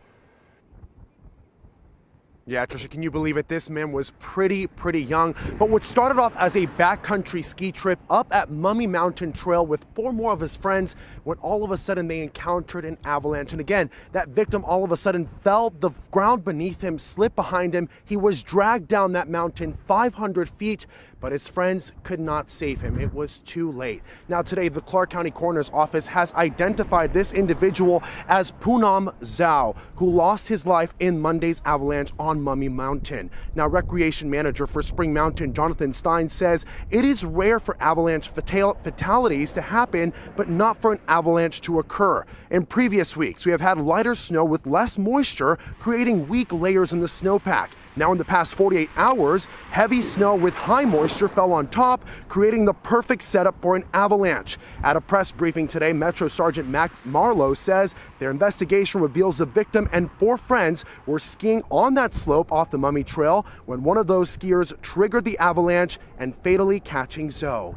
Yeah, Trisha, can you believe it? This man was pretty, pretty young. But what started off as a backcountry ski trip up at Mummy Mountain Trail with four more of his friends, when all of a sudden they encountered an avalanche. And again, that victim all of a sudden fell, the ground beneath him slipped behind him. He was dragged down that mountain 500 feet, but his friends could not save him. It was too late. Now, today, the Clark County Coroner's Office has identified this individual as Poonam Zhao, who lost his life in Monday's avalanche on Mummy Mountain. Now, Recreation Manager for Spring Mountain, Jonathan Stein, says it is rare for avalanche fatal- fatalities to happen, but not for an avalanche to occur. In previous weeks, we have had lighter snow with less moisture, creating weak layers in the snowpack. Now, in the past 48 hours, heavy snow with high moisture fell on top, creating the perfect setup for an avalanche. At a press briefing today, Metro Sergeant Mac Marlowe says their investigation reveals the victim and four friends were skiing on that slope off the Mummy Trail when one of those skiers triggered the avalanche and fatally catching Zoe.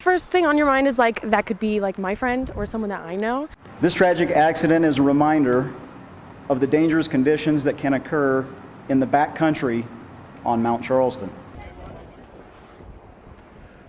First thing on your mind is like that could be like my friend or someone that I know.
This tragic accident is a reminder of the dangerous conditions that can occur in the backcountry on Mount Charleston.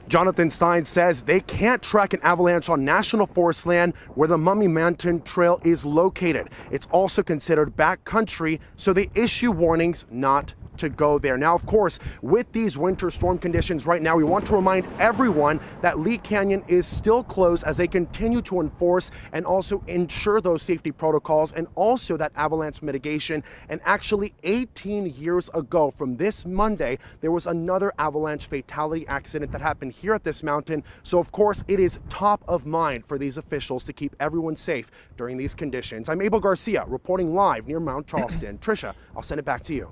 Jonathan Stein says they can't track an avalanche on national forest land where the Mummy Mountain Trail is located. It's also considered backcountry, so they issue warnings not to go there. Now, of course, with these winter storm conditions right now, we want to remind everyone that Lee Canyon is still closed as they continue to enforce and also ensure those safety protocols and also that avalanche mitigation. And actually, 18 years ago from this Monday, there was another avalanche fatality accident that happened here at this mountain. So, of course, it is top of mind for these officials to keep everyone safe during these conditions. I'm Abel Garcia reporting live near Mount Charleston. Trisha, I'll send it back to you.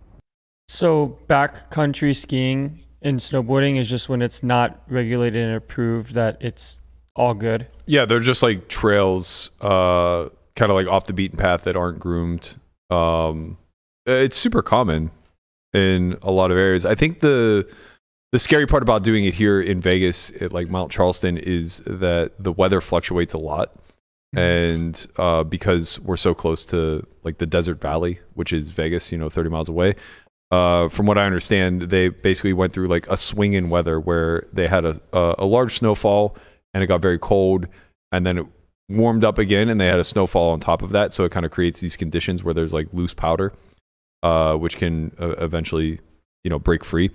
So backcountry skiing and snowboarding is just when it's not regulated and approved that it's all good.
Yeah, they're just like trails, uh, kind of like off the beaten path that aren't groomed. Um, it's super common in a lot of areas. I think the the scary part about doing it here in Vegas at like Mount Charleston is that the weather fluctuates a lot, and uh, because we're so close to like the desert valley, which is Vegas, you know, thirty miles away. Uh, from what I understand, they basically went through like a swing in weather where they had a, a a large snowfall and it got very cold, and then it warmed up again, and they had a snowfall on top of that, so it kind of creates these conditions where there's like loose powder, uh, which can uh, eventually, you know, break free.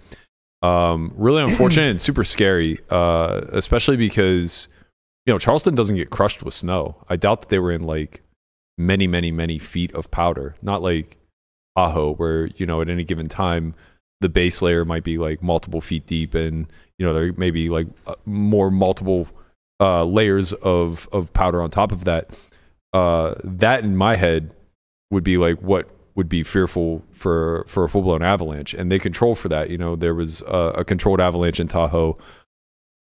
Um, really unfortunate and super scary, uh, especially because you know Charleston doesn't get crushed with snow. I doubt that they were in like many, many, many feet of powder. Not like Tahoe, where you know at any given time the base layer might be like multiple feet deep, and you know there may be like uh, more multiple uh, layers of of powder on top of that. Uh, that in my head would be like what would be fearful for for a full blown avalanche, and they control for that. You know there was uh, a controlled avalanche in Tahoe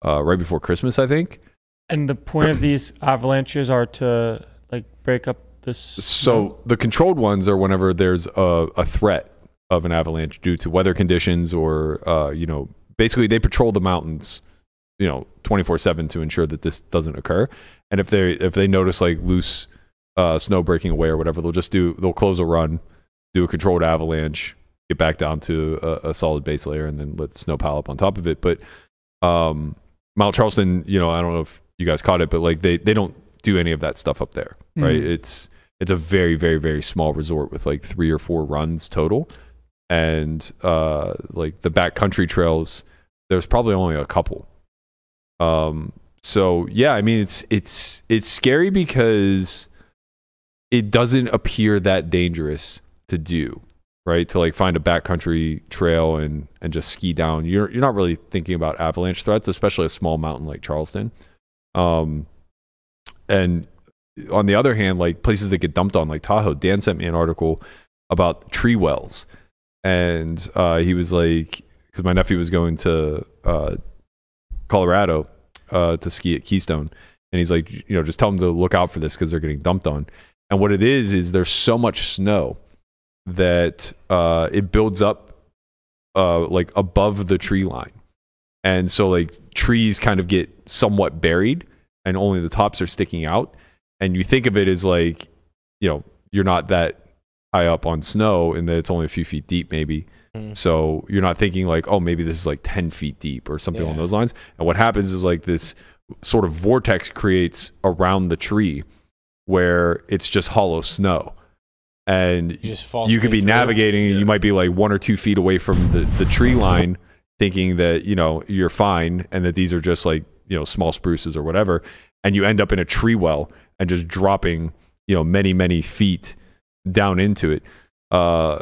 uh, right before Christmas, I think.
And the point of these avalanches are to like break up this.
So the controlled ones are whenever there's a, a threat of an avalanche due to weather conditions or uh, you know basically they patrol the mountains you know 24/7 to ensure that this doesn't occur and if they if they notice like loose uh, snow breaking away or whatever they'll just do they'll close a run do a controlled avalanche get back down to a, a solid base layer and then let snow pile up on top of it but um Mount Charleston you know I don't know if you guys caught it but like they they don't do any of that stuff up there right
Mhm.
it's it's a very very very small resort with like three or four runs total and uh like the backcountry trails there's probably only a couple um so yeah i mean it's it's it's scary because it doesn't appear that dangerous to do right to like find a backcountry trail and and just ski down you're you're not really thinking about avalanche threats especially a small mountain like charleston um and on the other hand, like places that get dumped on, like Tahoe, Dan sent me an article about tree wells, and uh, he was like, because my nephew was going to uh, Colorado uh, to ski at Keystone, and he's like, you know, just tell them to look out for this because they're getting dumped on. And what it is is there's so much snow that uh, it builds up uh, like above the tree line. And so like trees kind of get somewhat buried and only the tops are sticking out. And you think of it as like, you know, you're not that high up on snow and that it's only a few feet deep maybe. So you're not thinking like, oh, maybe this is like 10 feet deep or something along
Yeah.
those lines. And what happens is like this sort of vortex creates around the tree where it's just hollow snow. And you,
fall
could be navigating and you might be like one or two feet away from the, the tree line thinking that, you know, you're fine and that these are just like, you know, small spruces or whatever. And you end up in a tree well and just dropping, you know, many, many feet down into it. Uh,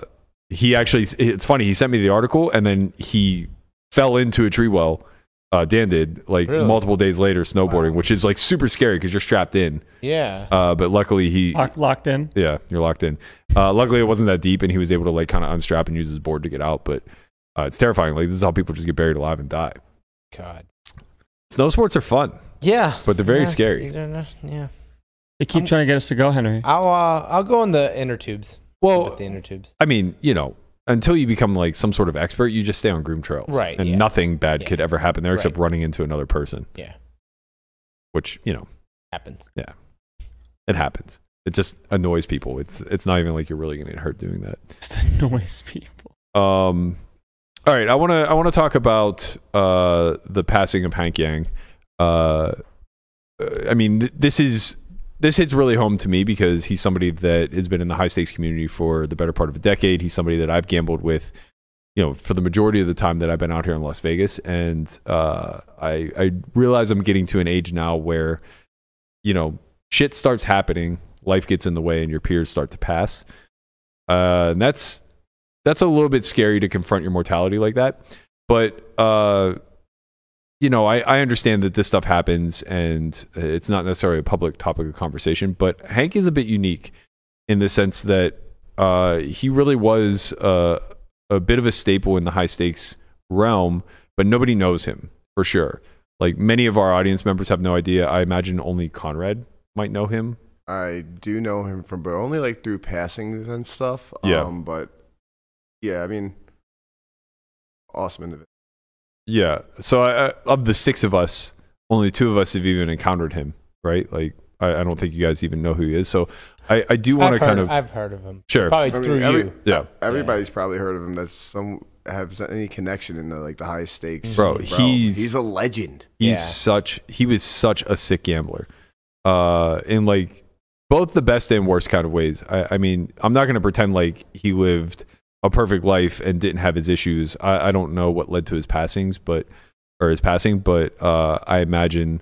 he actually, it's funny, he sent me the article and then he fell into a tree well. Uh, Dan did like
Really?
multiple days later snowboarding, which is like super scary because you're strapped in.
Yeah.
Uh, but luckily he
Lock, locked in.
yeah, you're locked in. Uh, luckily, it wasn't that deep, and he was able to like kind of unstrap and use his board to get out. But uh, it's terrifying. Like this is how people just get buried alive and die.
God.
Snow sports are fun.
Yeah.
but they're very
Yeah,
scary.
you don't know, Yeah.
They keep trying to get us to go, Henry.
I'll uh, I'll go on the inner tubes.
Well,
With the inner tubes.
I mean, you know, until you become like some sort of expert, you just stay on groomed trails,
Right,
And
yeah.
nothing bad could ever happen there
Right.
except running into another person,
Yeah.
which you know,
Happens.
yeah, it happens. It just annoys people. It's it's not even like you're really gonna get hurt doing that.
Noise people.
Um, All right, I want to I want to talk about uh, the passing of Hank Yang. Uh, I mean, th- this is this hits really home to me because he's somebody that has been in the high stakes community for the better part of a decade. He's somebody that I've gambled with, you know, for the majority of the time that I've been out here in Las Vegas, and uh, I I realize I'm getting to an age now where, you know, shit starts happening, life gets in the way, and your peers start to pass. Uh, and that's that's a little bit scary to confront your mortality like that. But uh, you know, I, I understand that this stuff happens and it's not necessarily a public topic of conversation. But Hank is a bit unique in the sense that uh, he really was uh, a bit of a staple in the high stakes realm, but nobody knows him for sure. Like many of our audience members have no idea. I imagine only Conrad might know him.
I do know him from, but only like through passings and stuff.
Yeah.
Um, but yeah, I mean, awesome individual.
Yeah. So I, I- of the six of us, only two of us have even encountered him, right? Like, I, I don't think you guys even know who he is. So I, I do want to
I've
kind
heard-
of.
I've heard of him.
Sure.
Probably through you.
Yeah.
Everybody's probably heard of him. That's some have any connection in the like the high stakes.
Bro,
realm.
he's-
he's a legend.
He's such he was such a sick gambler, uh, in like both the best and worst kind of ways. I, I mean, I'm not gonna pretend like he lived a perfect life and didn't have his issues. I, I don't know what led to his passings, but or his passing, but uh, I imagine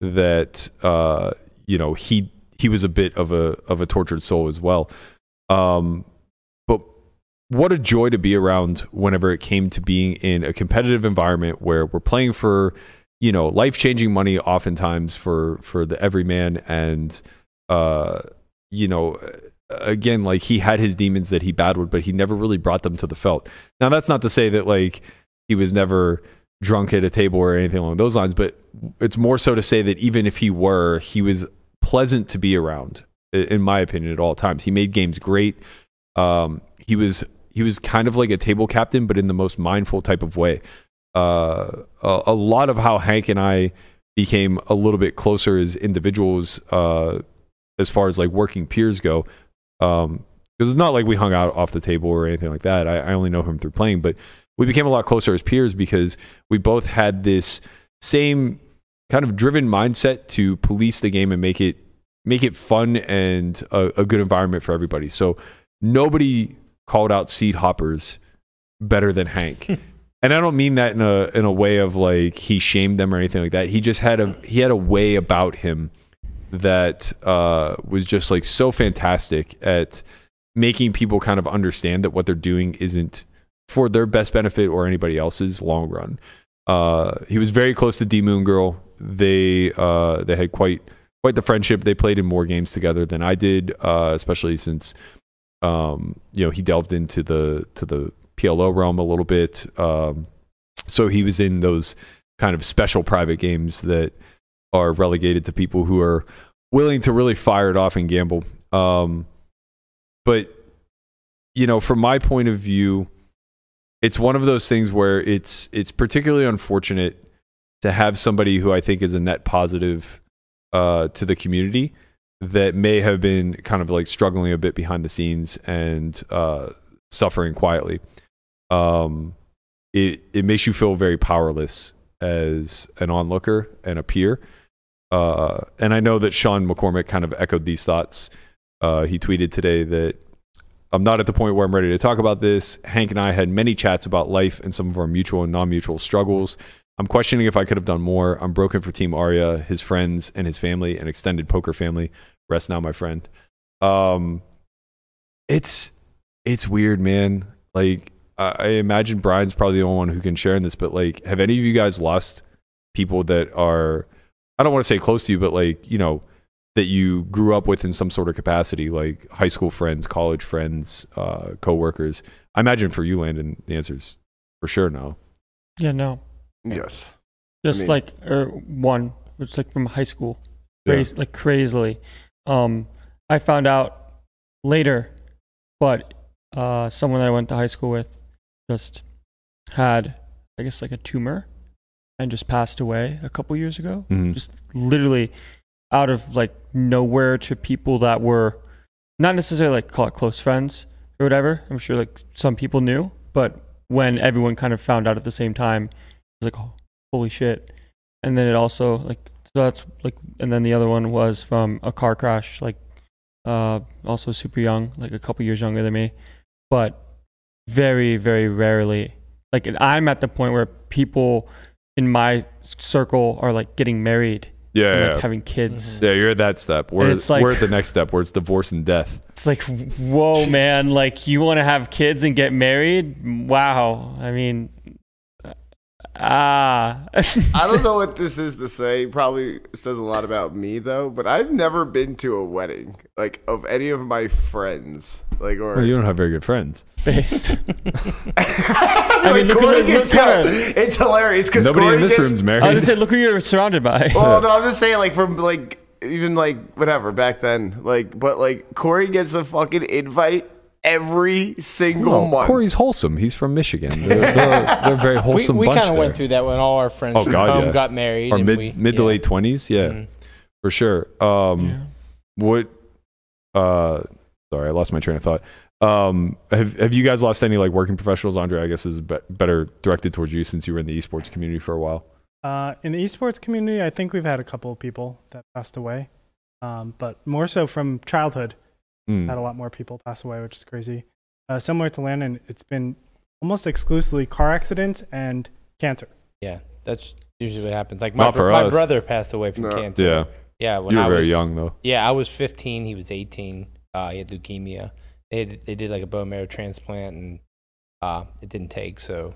that uh, you know he he was a bit of a of a tortured soul as well. Um, but what a joy to be around whenever it came to being in a competitive environment where we're playing for you know life changing money oftentimes for for the everyman and uh you know again like he had his demons that he battled but he never really brought them to the felt now that's not to say that like he was never drunk at a table or anything along those lines but it's more so to say that even if he were he was pleasant to be around i- in my opinion at all times he made games great um, he was he was kind of like a table captain, but in the most mindful type of way. Uh, a, a lot of how Hank and I became a little bit closer as individuals, uh, as far as like working peers go, because it's not like we hung out off the table or anything like that. I, I only know him through playing, but we became a lot closer as peers because we both had this same kind of driven mindset to police the game and make it make it fun and a, a good environment for everybody. So nobody called out seed hoppers better than Hank. and I don't mean that in a in a way of like he shamed them or anything like that. He just had a he had a way about him that uh, was just like so fantastic at making people kind of understand that what they're doing isn't for their best benefit or anybody else's long run. Uh, he was very close to D Moon Girl. They uh, they had quite quite the friendship. They played in more games together than I did, uh, especially since um, you know he delved into the to the PLO realm a little bit. Um, so he was in those kind of special private games that are relegated to people who are willing to really fire it off and gamble. Um, but you know, from my point of view, it's one of those things where it's it's particularly unfortunate to have somebody who I think is a net positive uh, to the community that may have been kind of like struggling a bit behind the scenes and uh, suffering quietly. Um, it it makes you feel very powerless as an onlooker and a peer. Uh, and I know that Sean McCormick kind of echoed these thoughts. Uh, he tweeted today that I'm not at the point where I'm ready to talk about this. Hank and I had many chats about life and some of our mutual and non mutual struggles. I'm questioning if I could have done more. I'm broken for Team Arya, his friends, and his family, and extended poker family. Rest now, my friend. Um, it's it's weird, man. Like I, I imagine Brian's probably the only one who can share in this, but like, have any of you guys lost people that are I don't want to say close to you, but like you know that you grew up with in some sort of capacity, like high school friends, college friends, uh, coworkers? I imagine for you, Landon, the answer's for sure no.
Yeah, no.
Yes.
Just
I mean-
like er, one, which like from high school,
Yeah.
Craz- like crazily. Um, I found out later, but uh, someone that I went to high school with just had, I guess, like a tumor, and just passed away a couple years ago.
Mm-hmm.
Mhm.
Just literally out of like nowhere to people that were not necessarily like call it close friends or whatever. I'm sure like some people knew, but when everyone kind of found out at the same time. It was like, oh, holy shit. And then it also, like, so that's like, and then the other one was from a car crash, like, uh, also super young, like a couple years younger than me. But very, very rarely, like, and I'm at the point where people in my circle are like getting married.
Yeah,
and, like,
yeah.
having kids.
Yeah, you're at that step. We're,
it's like-
we're at the next step where it's divorce and death.
It's like, whoa, man! Like you want to have kids and get married? Wow. I mean, uh, ah,
I don't know what this is to say. Probably says a lot about me though, but I've never been to a wedding like of any of my friends. Like or
Well, you don't have very good friends.
based.
I mean,
look at
Corey
the-
gets
look at
her- It's hilarious because
Nobody
Corey
in this
gets,
room's married.
I was gonna say, look who you're surrounded by.
Well, no, I'm just saying, like from like even like whatever back then, like but like Corey gets a fucking invite every single
No,
month.
Corey's wholesome. He's from Michigan. They're, they're, they're a very wholesome
we we
bunch
kind of
there.
went through that when all our friends
oh god,
from
yeah.
got married.
or
and
mid
we,
mid to
yeah.
late twenties, yeah,
Mhm.
for sure. Um, what? Uh, sorry, I lost my train of thought. Um, have have you guys lost any like working professionals? Andre, I guess is be- better directed towards you since you were in the esports community for a while.
Uh, in the esports community, I think we've had a couple of people that passed away, um, but more so from childhood.
Mm.
Had a lot more people pass away, which is crazy. Uh, similar to Landon, it's been almost exclusively car accidents and cancer.
Yeah, that's usually what happens. Like my,
Not for
br- my
us.
brother passed away from
No.
cancer.
Yeah.
yeah. When
You were
I
very
was,
young, though.
Yeah, I was 15. He was 18. Uh, he had leukemia. They had, they did like a bone marrow transplant, and uh, it didn't take. So,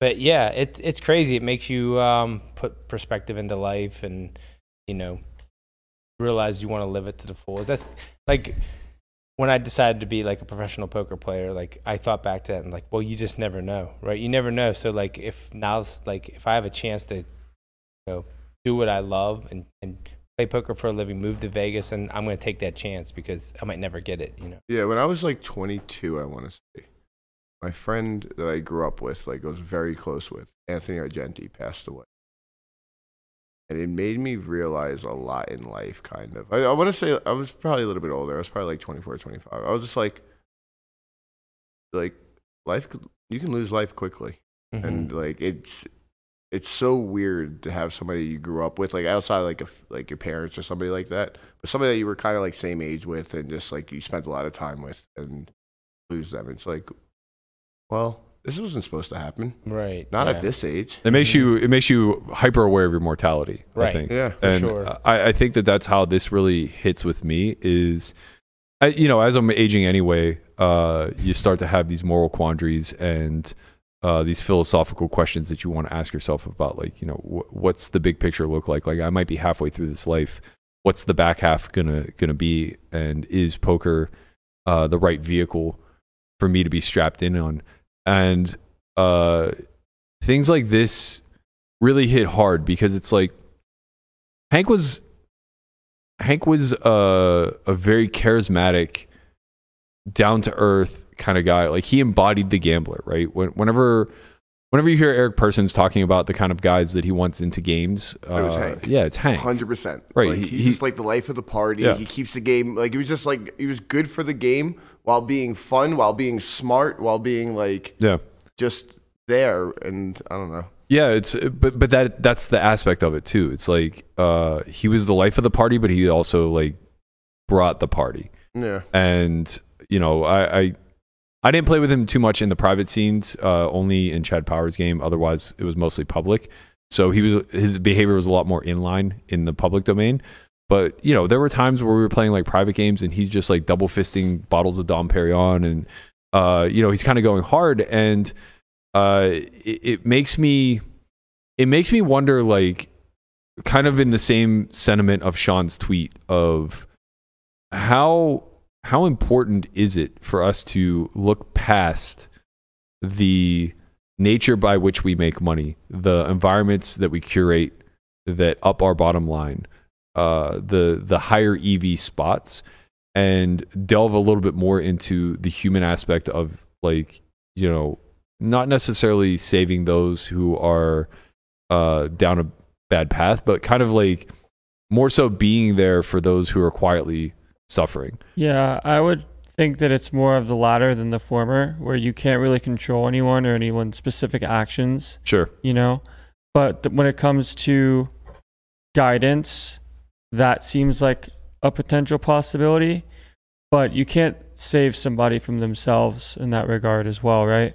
but yeah, it's it's crazy. It makes you um, put perspective into life, and you know, realize you want to live it to the fullest. That's like when I decided to be like a professional poker player, like I thought back to that and like, well, you just never know, right? You never know. So like, if now's like, if I have a chance to, you know, do what I love and and play poker for a living, move to Vegas, and I'm gonna take that chance because I might never get it, you know.
Yeah, when I was like 22, I want to say, my friend that I grew up with, like was very close with, Anthony Argenti, passed away, and it made me realize a lot in life. Kind of, I, I want to say I was probably a little bit older. I was probably like 24, 25. I was just like, like life, could, you can lose life quickly, and
Mm-hmm.
like it's. It's so weird to have somebody you grew up with, like outside, like a, f- like your parents or somebody like that, but somebody that you were kind of like same age with and just like you spent a lot of time with and lose them. It's like, well, this wasn't supposed to happen.
Mm-hmm.
Right.
Not at this age.
It makes you it makes you hyper aware of your mortality. I
Right.
think.
Yeah, for
and
sure.
I, I think that that's how this really hits with me is, I, you know, as I'm aging anyway, uh, you start to have these moral quandaries and uh, these philosophical questions that you want to ask yourself about, like you know, wh- what's the big picture look like? Like I might be halfway through this life. What's the back half gonna gonna be? And is poker uh, the right vehicle for me to be strapped in on? And uh, things like this really hit hard because it's like Hank was Hank was uh, a a very charismatic, down to earth kind of guy. Like he embodied the gambler, right? When, whenever whenever you hear Eric Persons talking about the kind of guys that he wants into games,
It was
uh,
Hank.
Yeah, it's Hank.
Hundred percent.
Right,
Like,
he-
he's
he-
just like the life of the party.
Yeah.
He keeps the game like he was just like he was good for the game while being fun, while being smart, while being like
Yeah.
just there. And I don't know.
Yeah, it's but but that that's the aspect of it too. It's like uh he was the life of the party, but he also like brought the party.
Yeah.
And you know, I I, I didn't play with him too much in the private scenes, uh only in Chad Powers game. Otherwise, it was mostly public. So he was his behavior was a lot more in line in the public domain. But you know, there were times where we were playing like private games, and he's just like double fisting bottles of Dom Perignon, and uh, you know, he's kind of going hard, and uh, it, it makes me it makes me wonder like kind of in the same sentiment of Sean's tweet of how how important is it for us to look past the nature by which we make money, the environments that we curate that up our bottom line, uh, the the higher EV spots, and delve a little bit more into the human aspect of like you know not necessarily saving those who are uh, down a bad path, but kind of like more so being there for those who are quietly suffering.
Yeah, I would think that it's more of the latter than the former, where you can't really control anyone or anyone's specific actions.
Sure.
You know, but th- when it comes to guidance, that seems like a potential possibility, but you can't save somebody from themselves in that regard as well, right?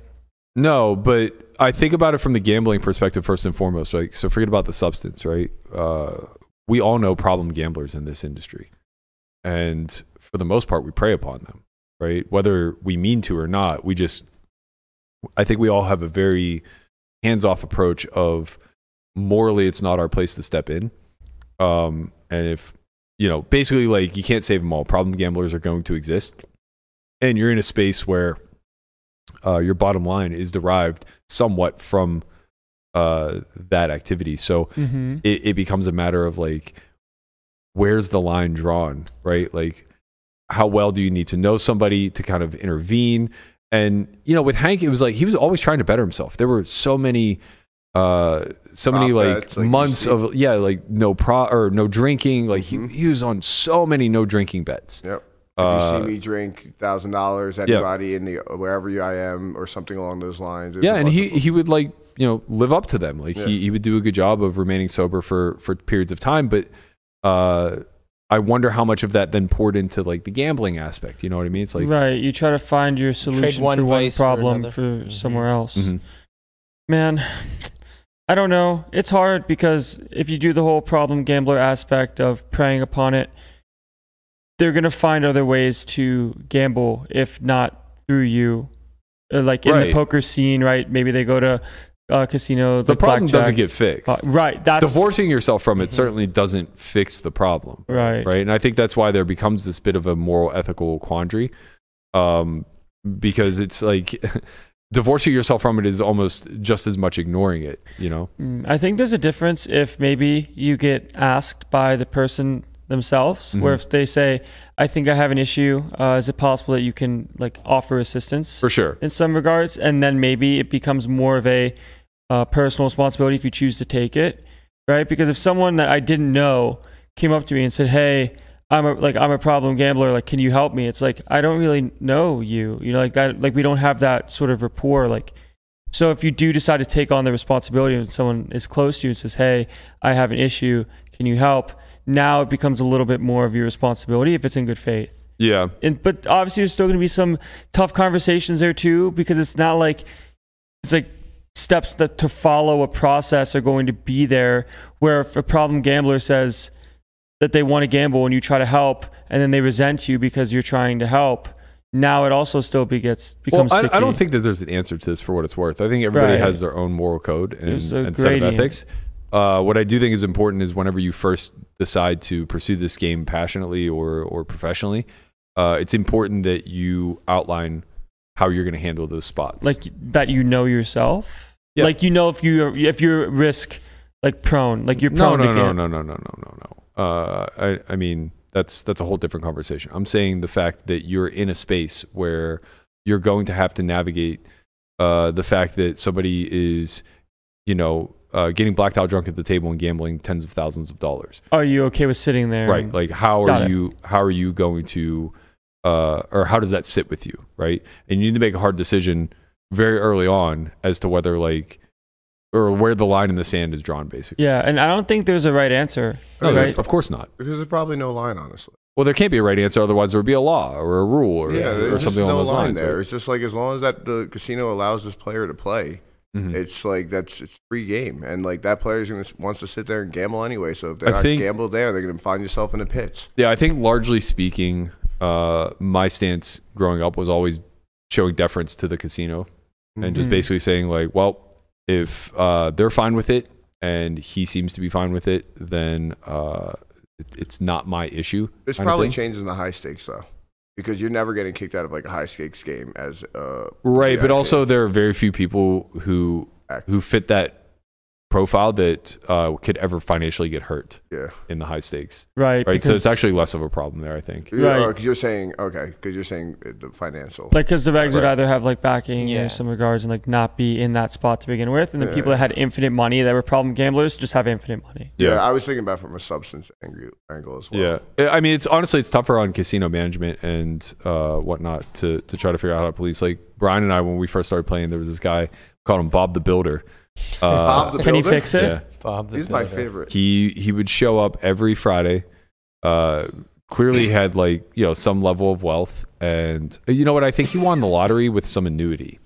No, but I think about it from the gambling perspective first and foremost. Right. So forget about the substance. Right. Uh, we all know problem gamblers in this industry, and for the most part, we prey upon them. Right. Whether we mean to or not, we just. I think we all have a very hands-off approach of morally, it's not our place to step in. Um, and if you know, basically, like you can't save them all. Problem gamblers are going to exist, and you're in a space where uh, your bottom line is derived somewhat from uh, that activity. So
Mhm.
it, it becomes a matter of like, where's the line drawn, right? Like, how well do you need to know somebody to kind of intervene? And you know, with Hank, it was like he was always trying to better himself. There were so many, uh, so many
Prop
like,
bets, like,
months of yeah, like no pro or no drinking. Like he, he was on so many no drinking bets.
Yep. If
Uh,
Mm-hmm. you see me drink thousand dollars,
yeah.
anybody in the wherever you I am, or something along those lines. There's a
yeah and
bunch
he he would like you know live up to them like
Yeah.
he, he would do a good job of remaining sober for for periods of time but uh i wonder how much of that then poured into like the gambling aspect you know what i mean it's like
right. You try to find your solution
one
for one
vice for
problem
another. Mm-hmm.
for, somewhere else.
Mhm.
Man, I don't know. It's hard because if you do the whole problem gambler aspect of preying upon it, they're going to find other ways to gamble, if not through you. Uh, Like in
Right.
the poker scene, right? Maybe they go to a casino.
the
like
problem
blackjack.
doesn't get fixed
Uh, right. That's
divorcing yourself from it certainly doesn't fix the problem
Right.
right and i think that's why there becomes this bit of a moral ethical quandary um because it's like divorcing yourself from it is almost just as much ignoring it you know
Mm, I think there's a difference if maybe you get asked by the person themselves, where
Mhm.
if they say, "I think I have an issue, uh, is it possible that you can like offer assistance?"
For sure.
in some regards, and then maybe it becomes more of a uh, personal responsibility if you choose to take it, right? Because if someone that I didn't know came up to me and said, "Hey," I'm a, like I'm a problem gambler. Like, can you help me? It's like I don't really know you. You know, like that. Like we don't have that sort of rapport. Like, so if you do decide to take on the responsibility and someone is close to you and says, "Hey, I have an issue. Can you help?" Now it becomes a little bit more of your responsibility if it's in good faith.
yeah
And but obviously there's still going to be some tough conversations there too because it's not like it's like steps that to follow a process are going to be there where if a problem gambler says that they want to gamble and you try to help and then they resent you because you're trying to help now it also still begets becomes
well, I, I
sticky.
don't think that there's an answer to this for what it's worth. I think everybody
Right.
has their own moral code and,
There's a
and set of
gradient.
ethics. Uh, what I do think is important is whenever you first decide to pursue this game passionately or or professionally, uh, it's important that you outline how you're going to handle those spots.
like that you know yourself
Yeah.
like you know if you if you're risk like prone like you're
no,
prone
no,
to
no,
gam-
no, no, no, no, no, no. Uh, I, I mean, that's that's a whole different conversation. I'm saying the fact that you're in a space where you're going to have to navigate uh, the fact that somebody is, you know, uh, getting blacked out drunk at the table and gambling tens of thousands of dollars.
are you okay with sitting there
Right.
and-
Like, how
Mm-hmm. Got
are
it.
you? How are you going to, uh, or how does that sit with you? Right. And you need to make a hard decision very early on as to whether like, or where the line in the sand is drawn, basically.
yeah and i don't think there's a right answer
No, there's-
right
of course not.
Because there's probably no line, honestly.
Well, there can't be a right answer, otherwise there would be a law or a rule or,
yeah,
or
there's just
something
no
along those
line
lines.
there.
right?
It's just like as long as that the casino allows this player to play,
Mhm.
it's like that's it's free game, and like that player's gonna s- wants to sit there and gamble anyway. So
I
if they're not
think-
gambled there, they're gonna find yourself in the pits.
Yeah, I think largely speaking, uh, my stance growing up was always showing deference to the casino and just
Mhm.
basically saying like, well, if uh, they're fine with it and he seems to be fine with it, then uh, it, it's not my issue.
This
kind of
probably
thing.
changes in the high stakes though, because you're never getting kicked out of like a high stakes game as uh
right but
VIP.
also there are very few people who who fit that profile that uh, could ever financially get hurt
Yeah.
in the high stakes.
Right,
Right. So
because-
it's actually less of a problem there, I think.
Right. Because Oh, you're saying okay. Because you're saying uh, the financial.
Like, because the regs would
Right.
either have like backing
Yeah.
or some regards and like not be in that spot to begin with, and the
Yeah.
people that had infinite money that were problem gamblers just have infinite money.
Yeah. I was thinking about it from a substance angle, angle as well.
Yeah. I I mean, it's honestly, it's tougher on casino management and uh, whatnot to, to try to figure out how to police. Like Brian and I, when we first started playing, there was this guy called him Bob the Builder. Uh,
Bob the Can he Builder? fix it?
Yeah.
Bob the
He's my
Builder.
favorite.
He he would show up every Friday. Uh, clearly had like you know some level of wealth, and you know what? I think he won the lottery with some annuity.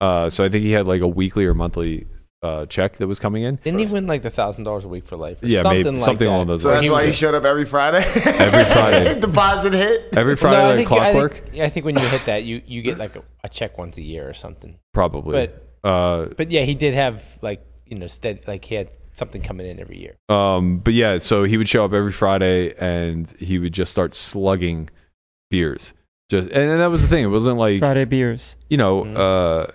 Uh, so I think he had like a weekly or monthly uh, check that was coming in.
Didn't he win like the thousand dollars a week for life? Or
Yeah,
something
maybe-
like
something
that.
along those
So that's why he showed up every Friday.
Every Friday.
Deposit hit.
Every
Well,
Friday,
I
like
think- I think-
clockwork.
yeah, I think when you hit that, you you get like a, a check once a year or something.
Probably.
But
uh,
but yeah, he did have like you know stead like he had something coming in every year.
Um, but yeah, so he would show up every Friday and he would just start slugging beers. Just and, and that was the thing. It wasn't like
Friday beers.
You know, uh,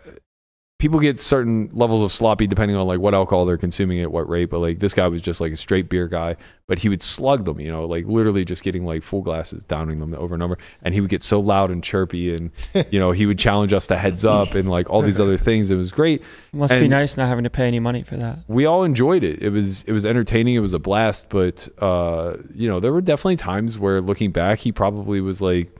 people get certain levels of sloppy depending on like what alcohol they're consuming at what rate. But like this guy was just like a straight beer guy, but he would slug them. You know, like literally just getting like full glasses, downing them over and over. And he would get so loud and chirpy, and you know he would challenge us to heads up and like all these other things. It was great.
Must be
And-
nice not having to pay any money for that.
we all enjoyed it. It was it was entertaining. It was a blast. But uh, you know, there were definitely times where looking back, he probably was like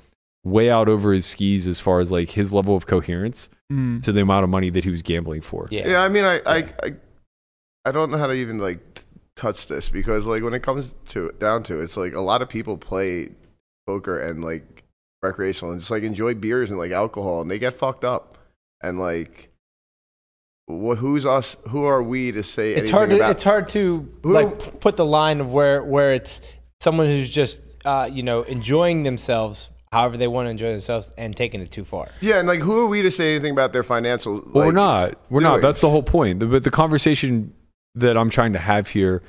way out over his skis as far as like his level of coherence
Hmm.
Mm.
to the amount of money that he was gambling for.
Yeah. I mean, I, I, I, I don't know how to even like t- touch this because like when it comes to down to it, it's like a lot of people play poker and like recreational and just like enjoy beers and like alcohol and they get fucked up and like. wh- who's us? Who are we to say
It's
anything
hard to
about?
it's hard to like p- put the line of where where it's someone who's just uh, you know enjoying themselves however they want to enjoy themselves and taking it too far.
yeah, and like, who are we to say anything about their financial?
Well,
like,
we're not. We're not.
doing?
That's the whole point. The- But the conversation that I'm trying to have here,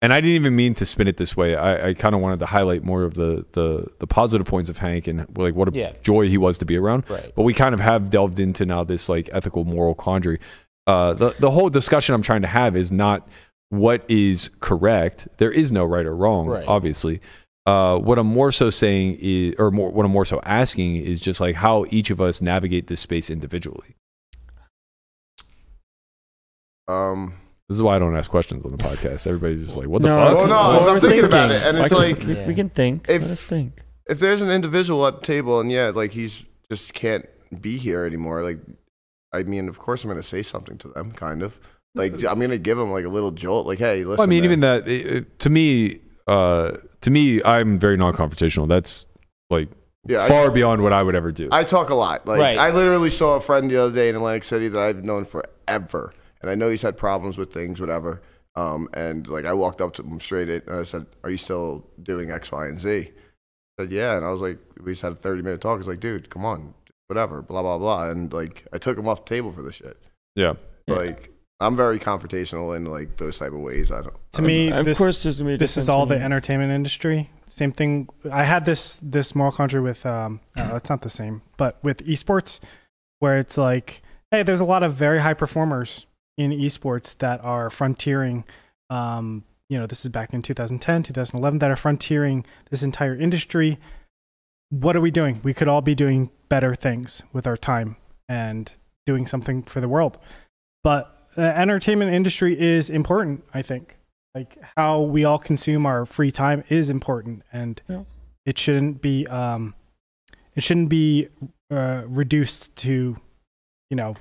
and I didn't even mean to spin it this way. I, I kind of wanted to highlight more of the, the the positive points of Hank and like what a
Yeah.
joy he was to be around.
Right.
But we kind of have delved into now this like ethical moral quandary. Uh, the the whole discussion I'm trying to have is not what is correct. There is no right or wrong,
Right.
obviously. Uh, what I'm more so saying is, or more, what I'm more so asking is just like how each of us navigate this space individually.
Um,
This is why I don't ask questions on the podcast. Everybody's just like, "What the
No,
fuck?"
Well, no, I was- I'm thinking about it, and
Why
it's
can't-
like
we, we can think.
If-
Let us think.
if there's an individual at the table and yeah, like he's just can't be here anymore, like I mean, of course I'm gonna say something to them, kind of. Like I'm gonna give him like a little jolt, like hey, listen.
Well, I mean,
man.
even that it- it- to me, uh, to me, I'm very non-confrontational. That's like
Yeah, I-
far beyond what I would ever do.
I talk a lot. Like
Right.
I literally saw a friend the other day in Atlantic City that I've known forever, and I know he's had problems with things, whatever. Um, and like I walked up to him straight at, and I said, "Are you still doing X, Y, and Z?" He said, "Yeah," and I was like, "We just had a thirty-minute talk." He's like, "Dude, come on, whatever, blah blah blah," and like I took him off the table for this shit.
yeah.
Like I'm very confrontational in like those type of ways. I don't.
to me,
Of
this,
course there's gonna be a
this is
difference
all the
when-
entertainment industry. Same thing. I had this this moral country with um, uh, it's not the same, but with esports, where it's like, hey, there's a lot of very high performers in esports that are frontiering. Um, you know, this is back in 2010, 2011, that are frontiering this entire industry. What are we doing? We could all be doing better things with our time and doing something for the world. But the entertainment industry is important, I think like how we all consume our free time is important and
Yeah.
it shouldn't be um it shouldn't be uh, reduced to you know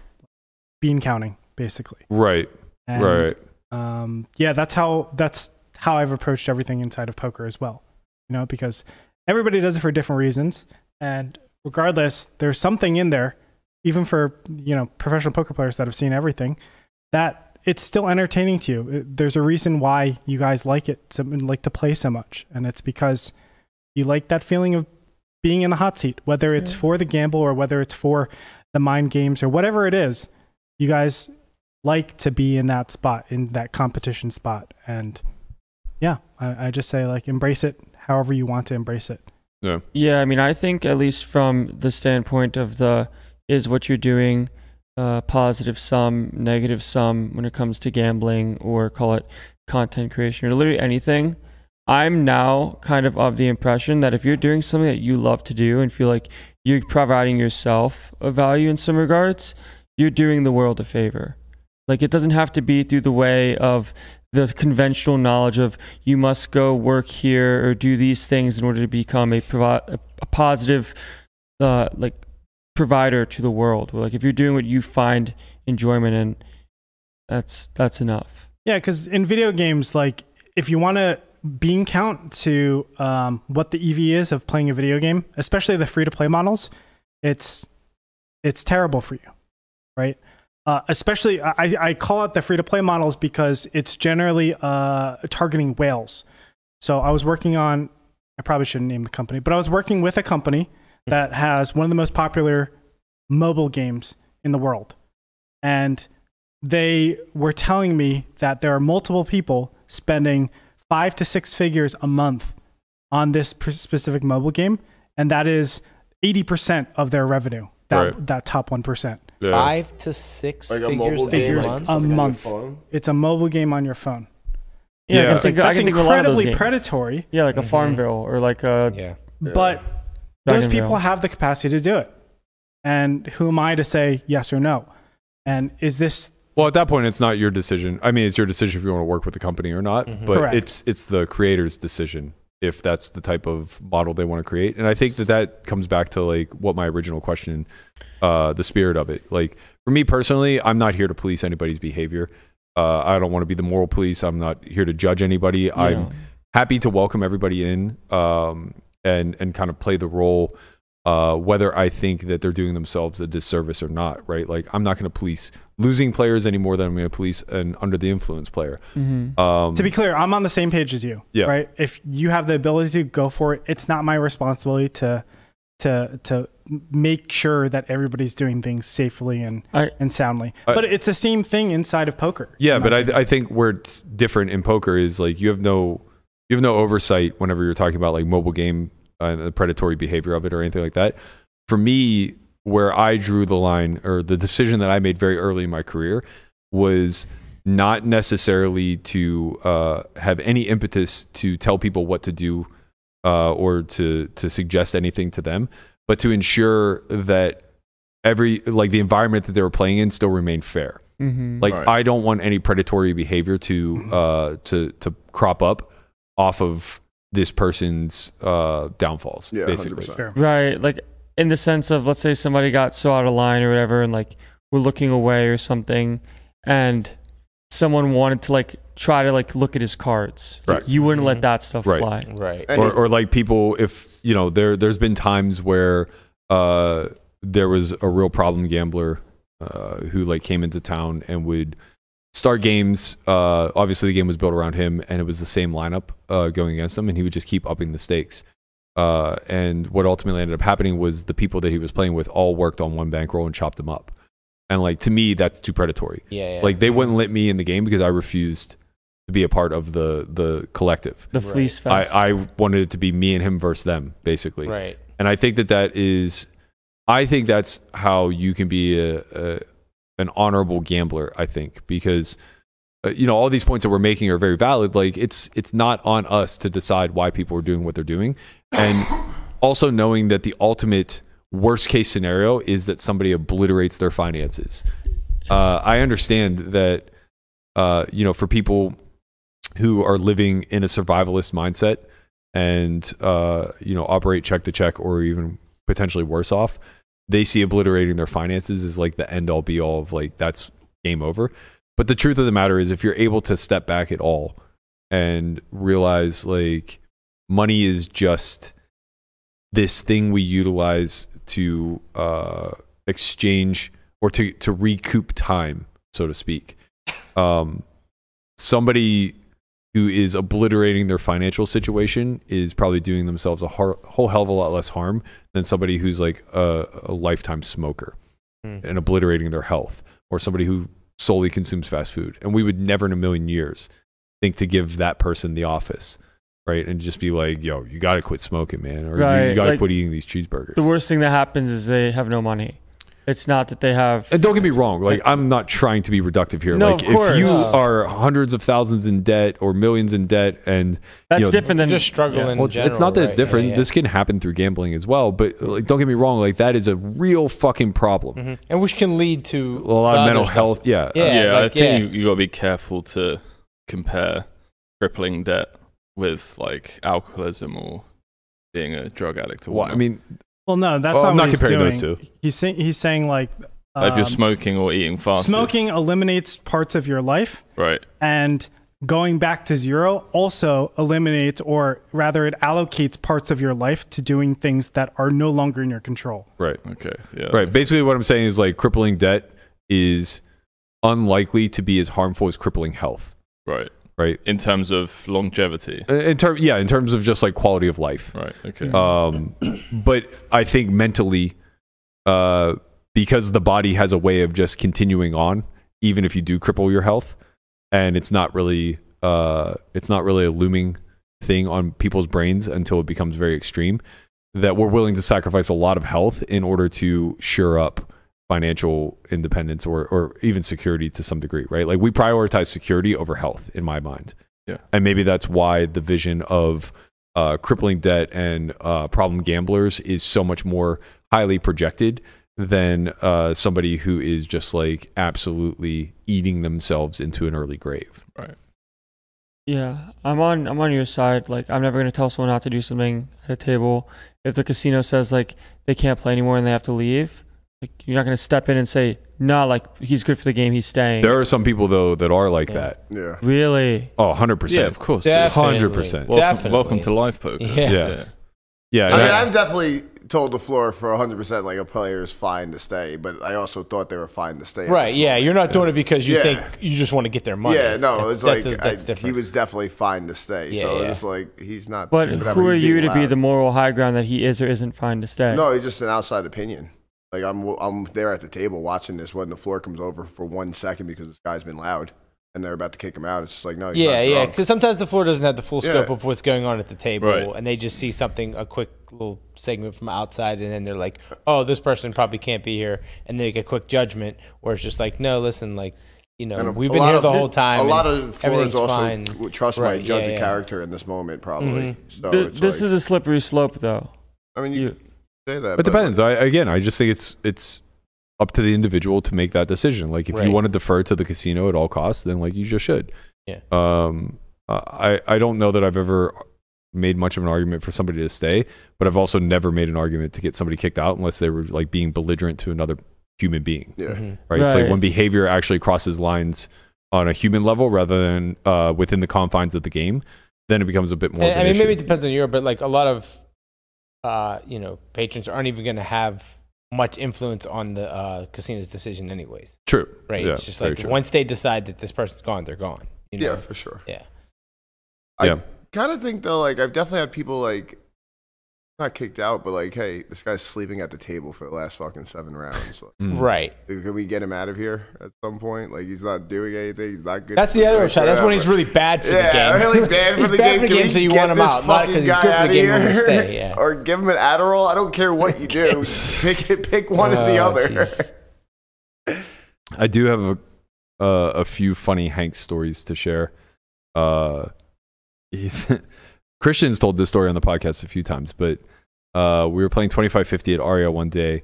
bean counting basically
Right.
And,
right.
um yeah that's how that's how i've approached everything inside of poker as well you know because everybody does it for different reasons and regardless there's something in there even for you know professional poker players that have seen everything that it's still entertaining to you It- there's a reason why you guys like it so- and like to play so much and it's because you like that feeling of being in the hot seat whether it's for the gamble or whether it's for the mind games or whatever it is you guys like to be in that spot in that competition spot and yeah i, I just say like embrace it however you want to embrace it
Yeah.
Yeah, I mean, I think at least from the standpoint of the is what you're doing uh, positive sum, negative sum when it comes to gambling or call it content creation or literally anything. I'm now kind of of the impression that if you're doing something that you love to do and feel like you're providing yourself a value in some regards, you're doing the world a favor. Like it doesn't have to be through the way of the conventional knowledge of you must go work here or do these things in order to become a, provi- a a positive uh, like provider to the world. Like if you're doing what you find enjoyment in, that's that's enough.
Yeah, because in video games, like if you want to bean count to um, what the EV is of playing a video game, especially the free to play models, it's it's terrible for you, right? Uh, especially, I, I call it the free to play models because it's generally uh, targeting whales. So I was working on, I probably shouldn't name the company, but I was working with a company that has one of the most popular mobile games in the world and they were telling me that there are multiple people spending five to six figures a month on this pr- specific mobile game, and that is 80% of their revenue. That,
Right.
that top 1%.
Five to six
Like a
figures
mobile
a
game,
Figures
like-
month?
a
on your
month.
phone?
It's a mobile game on your phone.
Yeah,
It's
I can
like,
think, I
that's
can think of a lot of those
incredibly
games.
predatory,
Yeah, like a
Mhm.
Farmville or like a
Yeah.
but those
Dragonvale.
people have the capacity to do it. And who am I to say yes or no? And is this
Well, at that point, it's not your decision. I mean, it's your decision if you want to work with the company or not,
Mhm.
but
Mm-hmm. Correct.
it's it's the creator's decision if that's the type of model they want to create. And I think that that comes back to like what my original question, uh, the spirit of it. Like for me personally, I'm not here to police anybody's behavior. Uh, I don't want to be the moral police. I'm not here to judge anybody. I'm happy to welcome everybody in um, and and kind of play the role. Uh, whether I think that they're doing themselves a disservice or not, right? Like, I'm not going to police losing players any more than I'm going to police an under the influence player.
Mhm.
Um,
to be clear, I'm on the same page as you.
Yeah.
Right. If you have the ability to go for it, it's not my responsibility to to to make sure that everybody's doing things safely and
I-
and soundly.
I-
but it's the same thing inside of poker.
Yeah,
in my
but
opinion.
I, I think where it's different in poker is like you have no you have no oversight whenever you're talking about like mobile game uh, and the predatory behavior of it or anything like that. For me, where I drew the line or the decision that I made very early in my career was not necessarily to uh, have any impetus to tell people what to do uh, or to to suggest anything to them, but to ensure that every like the environment that they were playing in still remained fair.
Mhm.
Like
Right. Mm-hmm.
I don't want any predatory behavior to uh to to crop up off of this person's uh downfalls.
Yeah,
basically.
100%.
Right. Like in the sense of let's say somebody got so out of line or whatever and like we're looking away or something and someone wanted to like try to like look at his cards. Like,
Right.
you wouldn't
Mhm.
let that stuff
Right.
fly.
Right.
And
Or
it-
or like people if you know there there's been times where uh there was a real problem gambler uh who like came into town and would start games uh obviously the game was built around him and it was the same lineup uh going against him and he would just keep upping the stakes. Uh, and what ultimately ended up happening was the people that he was playing with all worked on one bankroll and chopped them up. And like to me, that's too predatory.
Yeah. yeah.
Like they wouldn't let me in the game because I refused to be a part of the the collective.
The
Right.
fleece
I,
fest.
I wanted it to be me and him versus them, basically.
Right.
And I think that that is, I think that's how you can be a, a an honorable gambler. I think because uh, you know all these points that we're making are very valid. Like it's it's not on us to decide why people are doing what they're doing, and also knowing that the ultimate worst case scenario is that somebody obliterates their finances. Uh, I understand that uh, you know for people who are living in a survivalist mindset and uh, you know operate check to check or even potentially worse off they see obliterating their finances as like the end all be all of like that's game over but the truth of the matter is if you're able to step back at all and realize like money is just this thing we utilize to uh, exchange or to, to recoup time so to speak um, somebody who is obliterating their financial situation is probably doing themselves a har- whole hell of a lot less harm than somebody who's like a, a lifetime smoker
Hmm.
Mm.
and obliterating their health or somebody who solely consumes fast food. And we would never in a million years think to give that person the office, right? And just be like, yo, you got to quit smoking, man. Or you,
Right,
got to
like,
quit eating these cheeseburgers.
the worst thing that happens is they have no money. It's not that they have.
And don't get me wrong, like I'm not trying to be reductive here.
No,
like
of
if you
course.
are hundreds of thousands in debt or millions in debt and
That's
you know,
different than- Just struggle in
well, it's, it's
general,
not that it's
right?
different.
Yeah, yeah.
This can happen through gambling as well, but like don't get me wrong, like that is a real fucking problem.
Mm-hmm.
Mhm. and which can lead to
A lot
the
of
other
mental
stuff.
health, yeah. Uh,
yeah,
yeah, I
like, yeah.
think you, you got to be careful to compare crippling debt with like alcoholism or being a drug addict or
Well, I
whatnot.
mean,
Well, no,
Well,
that's not
Oh, I'm
what
not
he's
comparing those
doing.
two.
He's saying he's saying like,
Like, if you're
um,
smoking or eating fast,
smoking eliminates parts of your life,
right?
and going back to zero also eliminates, or rather, it allocates parts of your life to doing things that are no longer in your control.
Right.
Okay. Yeah.
Right. Basically, what I'm saying is like crippling debt is unlikely to be as harmful as crippling health.
Right.
Right.
In terms of longevity.
Uh, In term, yeah, in terms of just like quality of life.
Right. Okay.
Um, but I think mentally, uh, because the body has a way of just continuing on, even if you do cripple your health, and it's not really, uh, it's not really a looming thing on people's brains until it becomes very extreme. That we're willing to sacrifice a lot of health in order to shore up financial independence or, or even security to some degree, right? Like we prioritize security over health in my mind.
Yeah.
And maybe that's why the vision of uh, crippling debt and uh, problem gamblers is so much more highly projected than uh, somebody who is just like absolutely eating themselves into an early grave.
Right.
Yeah, I'm on. I'm on your side. Like, I'm never gonna tell someone not to do something at a table. If the casino says like they can't play anymore and they have to leave, like you're not gonna step in and say, "Nah, like he's good for the game. He's staying."
There are some people though that are like that.
Yeah.
really?
Oh, 100%.
Yeah, of course.
Definitely.
100%.
Welcome, welcome
Definitely.
to live poker.
Yeah.
Yeah. Yeah.
I mean,
that-
I've definitely told the floor for 100% like a player is fine to stay, but I also thought they were fine to stay. at
Right.
this
Yeah.
moment.
You're not doing it because you
Yeah.
think you just want to get their money.
Yeah, no,
That's-
it's
that's
like
a- that's
I- he
different.
was definitely fine to stay.
Yeah,
so
yeah.
it's like he's not.
But
whatever,
who are
he's
you
being
to be
loud.
the moral high ground that he is or isn't fine to stay?
No, it's just an outside opinion. Like I'm, I'm there at the table watching this when the floor comes over for one second because this guy's been loud and they're about to kick him out. It's just like no, he's
yeah,
not
yeah.
drunk.
Because sometimes the floor doesn't have the full
Yeah.
scope of what's going on at the table,
Right.
and they just see something, a quick little segment from outside, and then they're like, "Oh, this person probably can't be here," and they make a quick judgment, or it's just like, "No, listen, like, you know,
And a-
we've
a
been
lot
here
of-
the whole time.
A lot
and
of floors
everything's
also
fine."
w- trust
Right,
might judge
yeah,
a
yeah.
character in this moment probably.
Mhm.
So
Th-
it's
this
like,
is a slippery slope, though.
I mean, you,
you-
say that.
It depends. I, again, I just think it's it's up to the individual to make that decision. Like if
Right.
you want to defer to the casino at all costs, then like you just should.
Yeah.
Um, I I don't know that I've ever made much of an argument for somebody to stay, but I've also never made an argument to get somebody kicked out unless they were like being belligerent to another human being.
Yeah.
Mhm.
Right. It's like
Right.
when behavior actually crosses lines on a human level rather than uh, within the confines of the game, then it becomes a bit more.
And-
of
I
an
mean, maybe it
issue.
depends on your, but like a lot of, uh, you know, patrons aren't even going to have much influence on the uh, casino's decision, anyways.
true.
Right?
Yeah,
it's just
very
like
true.
once they decide that this person's gone, they're gone. You know?
Yeah, for sure.
Yeah.
I
Yeah.
kind of think though, like I've definitely had people like not kicked out, but like, hey, this guy's sleeping at the table for the last fucking seven rounds. Like,
Mm.
Right.
Can we get him out of here at some point? Like he's not doing anything. He's not good.
That's the other shot. That's when he's really bad for
yeah,
the game.
really bad for
he's
the
bad
game.
for the
Can
game,
we
so you
get
want him
this
out, not
fucking
because he's
guy
good for
outta
the game.
here?
He'll stay. Yeah.
or give him an Adderall. I don't care what you do. pick pick one or the
Oh,
other.
jeez.
I do have a uh, a few funny Hank stories to share. Uh, Christian's told this story on the podcast a few times, but uh, we were playing 2550 at Aria one day,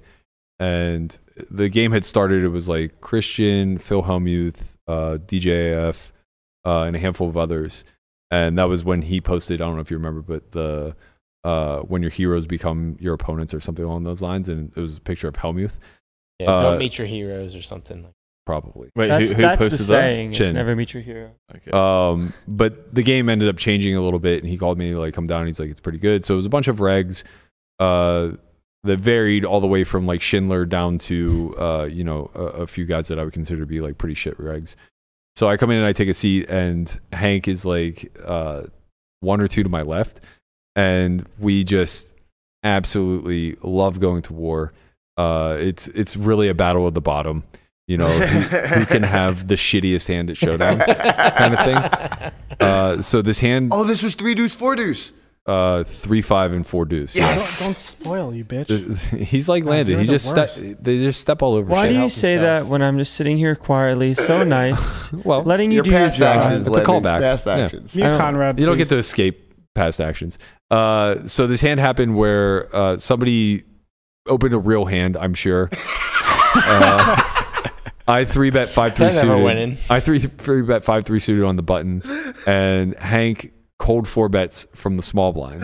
and the game had started. It was like Christian, Phil Hellmuth, uh, DJF, uh, and a handful of others. And that was when he posted. I don't know if you remember, but the uh, when your heroes become your opponents or something along those lines, and it was a picture of Hellmuth,
Yeah,
Uh,
don't meet your heroes or something. like
probably.
Wait,
that's
who, who
that's the
posted that? Uh,
saying. It's
Chin.
never meet your hero.
Okay.
Um, but the game ended up changing a little bit, and he called me like, "Come down." He's like, "It's pretty good." So it was a bunch of regs uh, that varied all the way from like Schindler down to uh, you know a, a few guys that I would consider to be like pretty shit regs. So I come in and I take a seat, and Hank is like uh, one or two to my left, and we just absolutely love going to war. Uh, it's it's really a battle of the bottom, you know, who, who can have the shittiest hand at showdown kind of thing. Uh, so this hand,
Oh, this was three deuce, four deuce.
uh, three five and four deuce.
Don't, don't spoil you, bitch.
He's like landed.
you're
He
the
just step,
worst.
they just step all over.
Why
shit.
do you say that when I'm just sitting here quietly, so nice, well, letting you
your
do your
past
job?
actions,
It's a
Lennon.
callback.
Past
Yeah.
actions.
Mute
I don't-
Conrad.
You don't get
please.
to escape past actions. Uh, so this hand happened where uh, somebody opened a real hand. I'm sure. uh, I three bet five three
That never went
suited.
in.
I three three bet five three suited on the button, and Hank cold four bets from the small blind.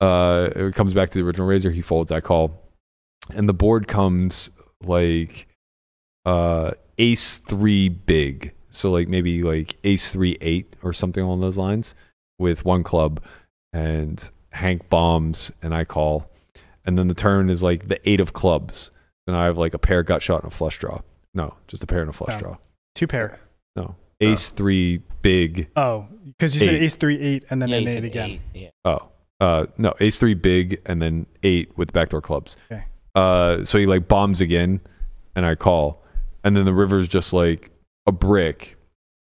Uh, it comes back to the original razor. He folds. I call, and the board comes like uh, ace three big. So like maybe like ace three eight or something along those lines with one club, and Hank bombs and I call, and then the turn is like the eight of clubs. Then I have like a pair gut shot and a flush draw. No, just a pair and a flush
No.
draw.
two pair.
No, ace three big.
Oh, because you said
Eight.
ace three eight and then
Yeah,
an
he
eight
said
again.
eight, Yeah.
Oh, uh, no, ace three big and then eight with backdoor clubs.
Okay.
Uh, so he like bombs again, and I call, and then the river's just like a brick,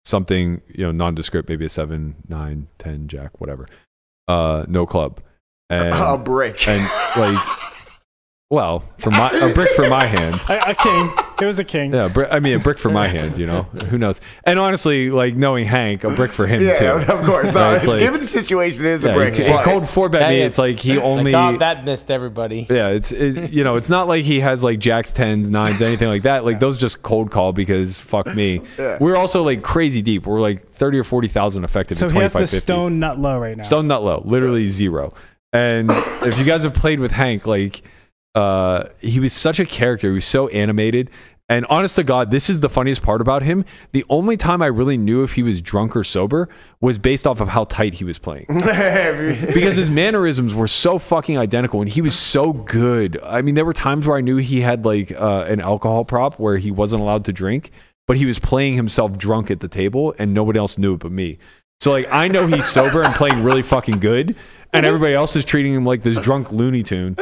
something you know nondescript, maybe a seven, nine, ten, jack, whatever. Uh, no club, and
a brick.
and like, well, for my a brick for my hand.
A, a king. It was a king.
Yeah, bri- I mean a brick for my hand, you know. Who knows? And honestly, like knowing Hank, a brick for him
yeah,
too.
of course. No,
Right, it's like-
given the situation, it is
Yeah,
a brick.
he- he
but-
cold four bet me.
Yeah, yeah.
It's like he only.
Like, oh, that missed everybody.
Yeah, it's it, you know, it's not like he has like jacks, tens, nines, anything like that. Like those just cold call because fuck me.
Yeah.
We're also like crazy deep. We're like thirty or forty thousand effective.
So
at
he has
25,
the stone nut low right now.
Stone nut low, literally zero. And if you guys have played with Hank, like uh, he was such a character. He was so animated. And honest to God, this is the funniest part about him. The only time I really knew if he was drunk or sober was based off of how tight he was playing because his mannerisms were so fucking identical and he was so good. I mean, there were times where I knew he had like uh, an alcohol prop where he wasn't allowed to drink, but he was playing himself drunk at the table and nobody else knew it but me. So like I know he's sober and playing really fucking good, and everybody else is treating him like this drunk Looney Tune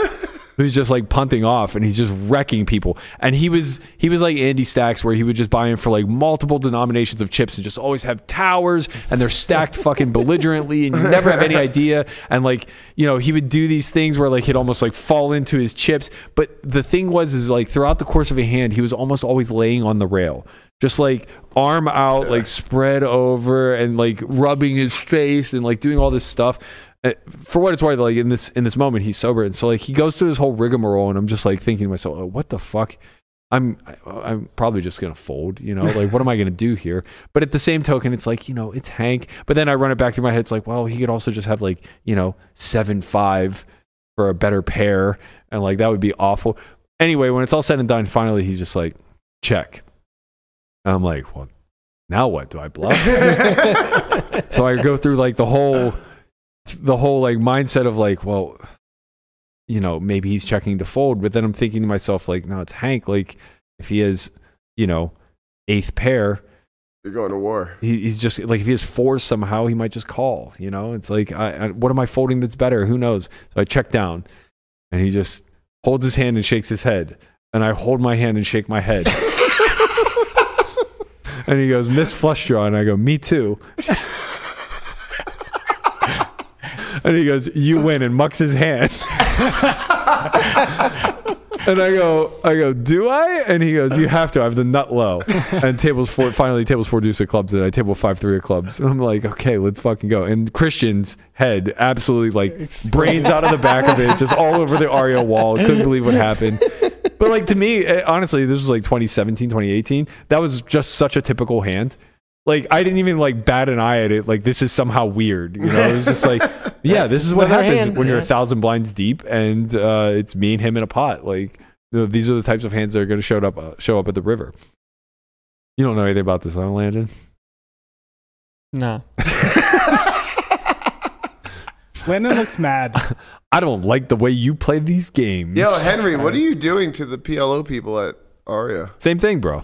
who's just like punting off and he's just wrecking people. And he was he was like Andy Stacks where he would just buy in for like multiple denominations of chips and just always have towers and they're stacked fucking belligerently and you never have any idea. And like, you know, he would do these things where like he'd almost like fall into his chips. But the thing was is like throughout the course of a hand, he was almost always laying on the rail. Just like arm out, like spread over and like rubbing his face and like doing all this stuff uh, for what it's worth, like in this in this moment, he's sober, and so like he goes through this whole rigmarole, and I'm just like thinking to myself, oh, what the fuck? I'm I- I'm probably just gonna fold, you know. Like, what am I gonna do here? But at the same token, it's like you know, it's Hank. But then I run it back through my head. It's like, well, he could also just have like you know seven five for a better pair, and like that would be awful. Anyway, when it's all said and done, finally he's just like, check. And I'm like, well, now what? Do I bluff? so I go through like the whole the whole like mindset of like, well, you know, maybe he's checking to fold, but then I'm thinking to myself like, no, it's Hank. Like, if he has, you know, eighth pair,
You're going to war.
he, he's just like if he has fours somehow, he might just call. You know, it's like, I, I, what am I folding that's better? Who knows? So I check down, and he just holds his hand and shakes his head, and I hold my hand and shake my head. And he goes, Miss Flush Draw. And I go, Me too. and he goes, You win, and mucks his hand. and I go, I go, Do I? And he goes, You have to. I have the nut low. And tables four, finally, tables four deuce of clubs. And I table five, three of clubs. And I'm like, Okay, let's fucking go. And Christian's head absolutely like brains out of the back of it, just all over the Ario wall. Couldn't believe what happened but like to me eh, honestly this was like 2017 2018 that was just such a typical hand like i didn't even like bat an eye at it like this is somehow weird you know it was just like yeah this is what
Another
happens
hand,
when you're a
yeah.
thousand blinds deep and uh, it's me and him in a pot like you know, these are the types of hands that are going to show up uh, show up at the river you don't know anything about this, huh, Landon?
No.
Lennon looks mad.
I don't like the way you play these games.
Yo, Henry, what are you doing to the PLO people at Aria?
Same thing, bro.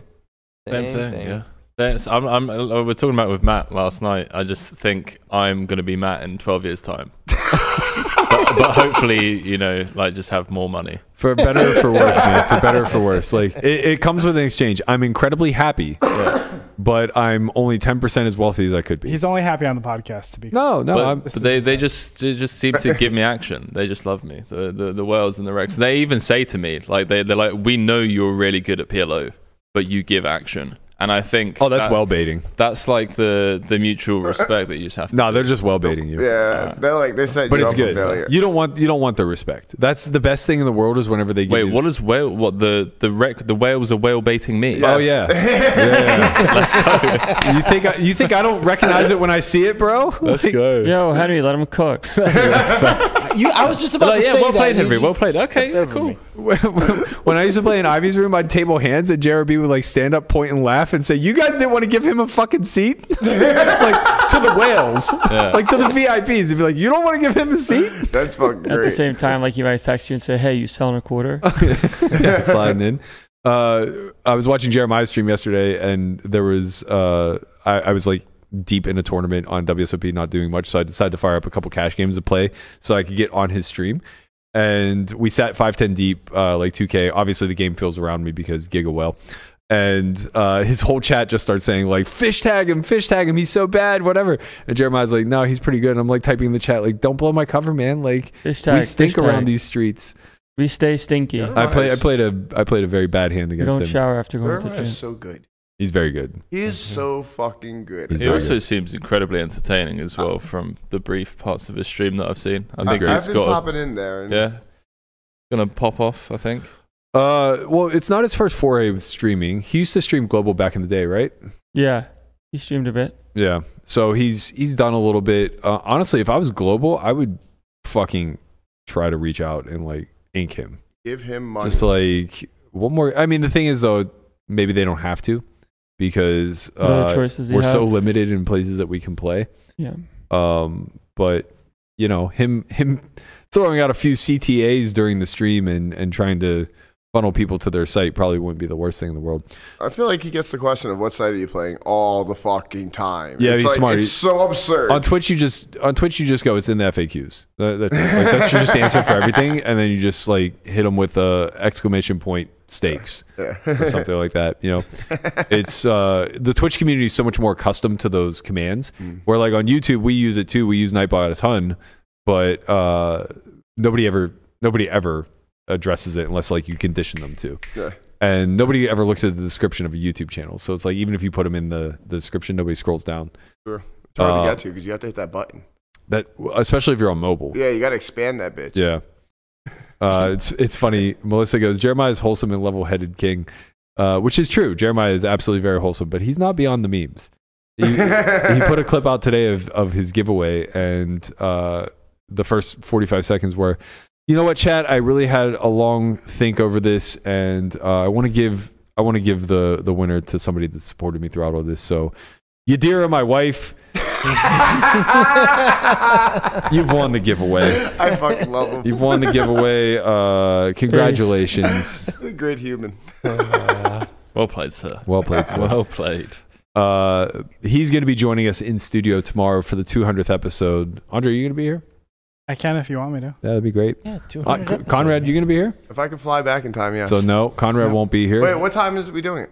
Same thing, yeah. That's, I'm, I'm, I- we are talking about with Matt last night. I just think I'm going to be Matt in 12 years' time. but, but hopefully, you know, like just have more money.
For better or for worse, man. For better or for worse. Like it, it comes with an exchange. I'm incredibly happy but I'm only 10% as wealthy as I could be.
He's only happy on the podcast to be.
No, no,
but,
I'm-
but they, they just they just seem to give me action. They just love me. The the, the whales and the wrecks. They even say to me like they they're like we know you're really good at PLO, but you give action. And I think
oh, that's well baiting.
That's like the the mutual respect that you just have. to
No, they're just well baiting you.
Yeah, they're like they set
But
you
it's
up for
good.
failure.
You don't want you don't want the respect. That's the best thing in the world is whenever they give
Wait,
you
what is whale? What the the wreck? The whales are whale baiting me.
Oh yeah. yeah. Let's go. You think I, you think I don't recognize it when I see it, bro?
Let's go.
Yo, Henry, let him cook.
You, I was just about
Like,
to
yeah,
say
well
that.
played,
You-
Henry.
you
Well played.
stepped
Okay,
over
cool.
me.
when I used to play in Ivy's room, I'd table hands and Jared B would like stand up, point and laugh and say, "You guys didn't want to give him a fucking seat, like to the whales,
Yeah.
like to the VIPs." He'd be like, "You don't want to give him a seat."
That's fucking
At the
great.
same time, like he might text you and say, "Hey, you selling a quarter?"
yeah, sliding in. Uh, I was watching Jeremiah's stream yesterday, and there was uh, I, I was like deep in a tournament on WSOP, not doing much, so I decided to fire up a couple cash games to play so I could get on his stream. And we sat five ten deep, uh, like two K. Obviously, the game feels around me because Giga well. And uh, his whole chat just starts saying like fish tag him, fish tag him, he's so bad, whatever. And Jeremiah's like, no, he's pretty good. And I'm like typing in the chat like, don't blow my cover, man. Like
Fish tag,
we stink
fish
around
tag.
these streets.
We stay stinky.
Yeah.
I played. I
Nice.
played a. I played a very bad hand
We
against
don't
him.
shower after going to
Jeremiah
the gym.
is so good.
He's very good.
He is so fucking good.
Mm-hmm. He's
He
very
also seems incredibly entertaining as
Uh,
well from the brief parts of his stream that I've seen. I think
I,
he's
have been
got a,
popping in there. And
yeah, gonna pop off. I think.
Uh, well, it's not his first foray with streaming. He used to stream global back in the day, right?
Yeah, he streamed a bit.
Yeah. So he's he's done a little bit. Uh, honestly, if I was global, I would fucking try to reach out and like ink him.
give him money.
Just like one more. I mean, the thing is though, maybe they don't have to because
What other
uh,
choices he
we're so
have?
limited in places that we can play.
Yeah,
um but you know him him throwing out a few ctas during the stream and and trying to funnel people to their site probably wouldn't be the worst thing in the world
I feel like he gets the question of what side are you playing all the fucking time.
Yeah,
it's
he's
like,
smart.
It's
He-
so absurd.
on twitch you just on twitch you just go it's in the faqs That- that's it. Like, that's your just answer for everything and then you just like hit them with a exclamation point stakes or
yeah.
something like that you know it's uh the twitch community is so much more accustomed to those commands
Mm.
where like on youtube we use it too we use nightbot a ton but uh nobody ever nobody ever addresses it unless like you condition them to
Yeah.
and nobody ever looks at the description of a youtube channel so it's like even if you put them in the, the description nobody scrolls down
It's hard to
Uh,
get to because you have to hit that button.
that especially if you're on mobile
Yeah, you got to expand that bitch.
Yeah. Uh, it's it's funny. Melissa goes, Jeremiah is wholesome and level headed king, uh, which is true. Jeremiah is absolutely very wholesome, but he's not beyond the memes. He, he put a clip out today of, of his giveaway, and uh, the first 45 seconds were, you know what, Chad? I really had a long think over this, and uh, I want to give I want to give the the winner to somebody that supported me throughout all this. So, Yadira, my wife, you've won the giveaway.
I fucking love him.
You've won the giveaway. Uh, congratulations.
What a great human.
Well played, sir.
Well played. Slim.
Well played.
Uh, he's going to be joining us in studio tomorrow for the 200th episode. Andre, you going to be here?
I can if you want me to.
That'd be great.
Yeah,
Uh,
200
C- Conrad, you going to be here?
If I could fly back in time, yes.
So no, Conrad
Yeah.
won't be here.
Wait, what time is we doing it?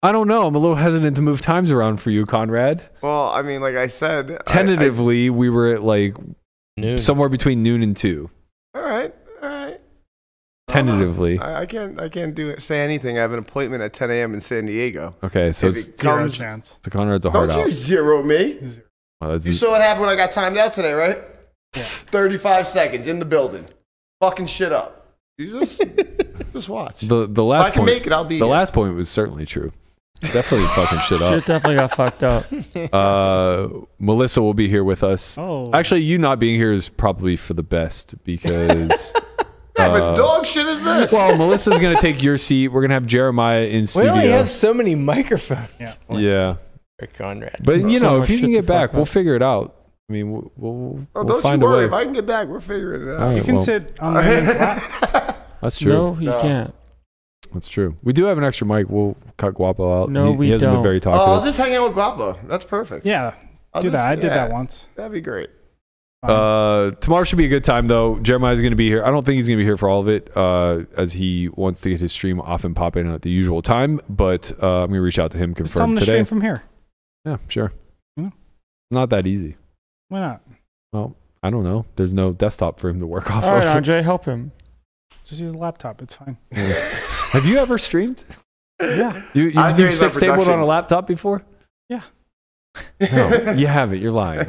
I don't know. I'm a little hesitant to move times around for you, Conrad.
Well, I mean, like I said, I- I-
Tentatively, we were at like
Hmm.
Noon.
somewhere between noon and two.
all right, all right.
Tentatively.
I, I can't, I can't do it, say anything. I have an appointment at 10 a.m. in San Diego.
Okay, so,
If
it's-
it
Zero
comes,
chance.
so Conrad's a hard
don't
out.
you zero me.
Wow, that's-
You saw what happened when I got timed out today, right? 35 seconds in the building, fucking shit up. You just, just watch.
the the
if I
last
can
point.
make it, I'll be
the
here.
last point was certainly true. Definitely fucking shit up.
shit definitely got fucked up.
Uh, Melissa will be here with us.
Oh.
Actually, you not being here is probably for the best because.
Yeah, but
uh,
dog shit is this?
Well, Melissa's gonna take your seat. We're gonna have Jeremiah in
We
studio.
only have so many microphones.
Yeah.
yeah,
For Conrad.
but you
So
know,
much
if you
shit
can
to
get back,
fuck
we'll
up.
figure it out. I mean, we'll, we'll,
oh,
we'll
don't
find
you
a way.
worry. If I can get back, we're figuring it
All
out. Oh,
You
right,
can
well,
sit on the man's lap.
That's true.
No, he
No.
can't.
That's true. We do have an extra mic. We'll cut Guapo out.
No,
he,
we
he hasn't been
don't.
very
Oh, I'll
talkative.
just hang out with Guapo. That's perfect.
Yeah,
I'll
do
just-
that. I did
yeah,
that once.
That'd be great.
Uh, tomorrow should be a good time though. Jeremiah's going to be here. I don't think he's going to be here for all of it, uh, as he wants to get his stream off and pop in at the usual time. But uh, I'm going to reach out to him,
Just tell them
confirm
to
today.
stream from here.
yeah, sure.
Yeah.
Not that easy.
Why not?
Well, I don't know. There's no desktop for him to work off
All right,
of.
Andre, help him.
Just use a laptop. It's fine.
Have you ever streamed?
Yeah.
You, you,
Andre's
you've six tabled on
production.
a laptop before?
Yeah.
No, you haven't. You're lying.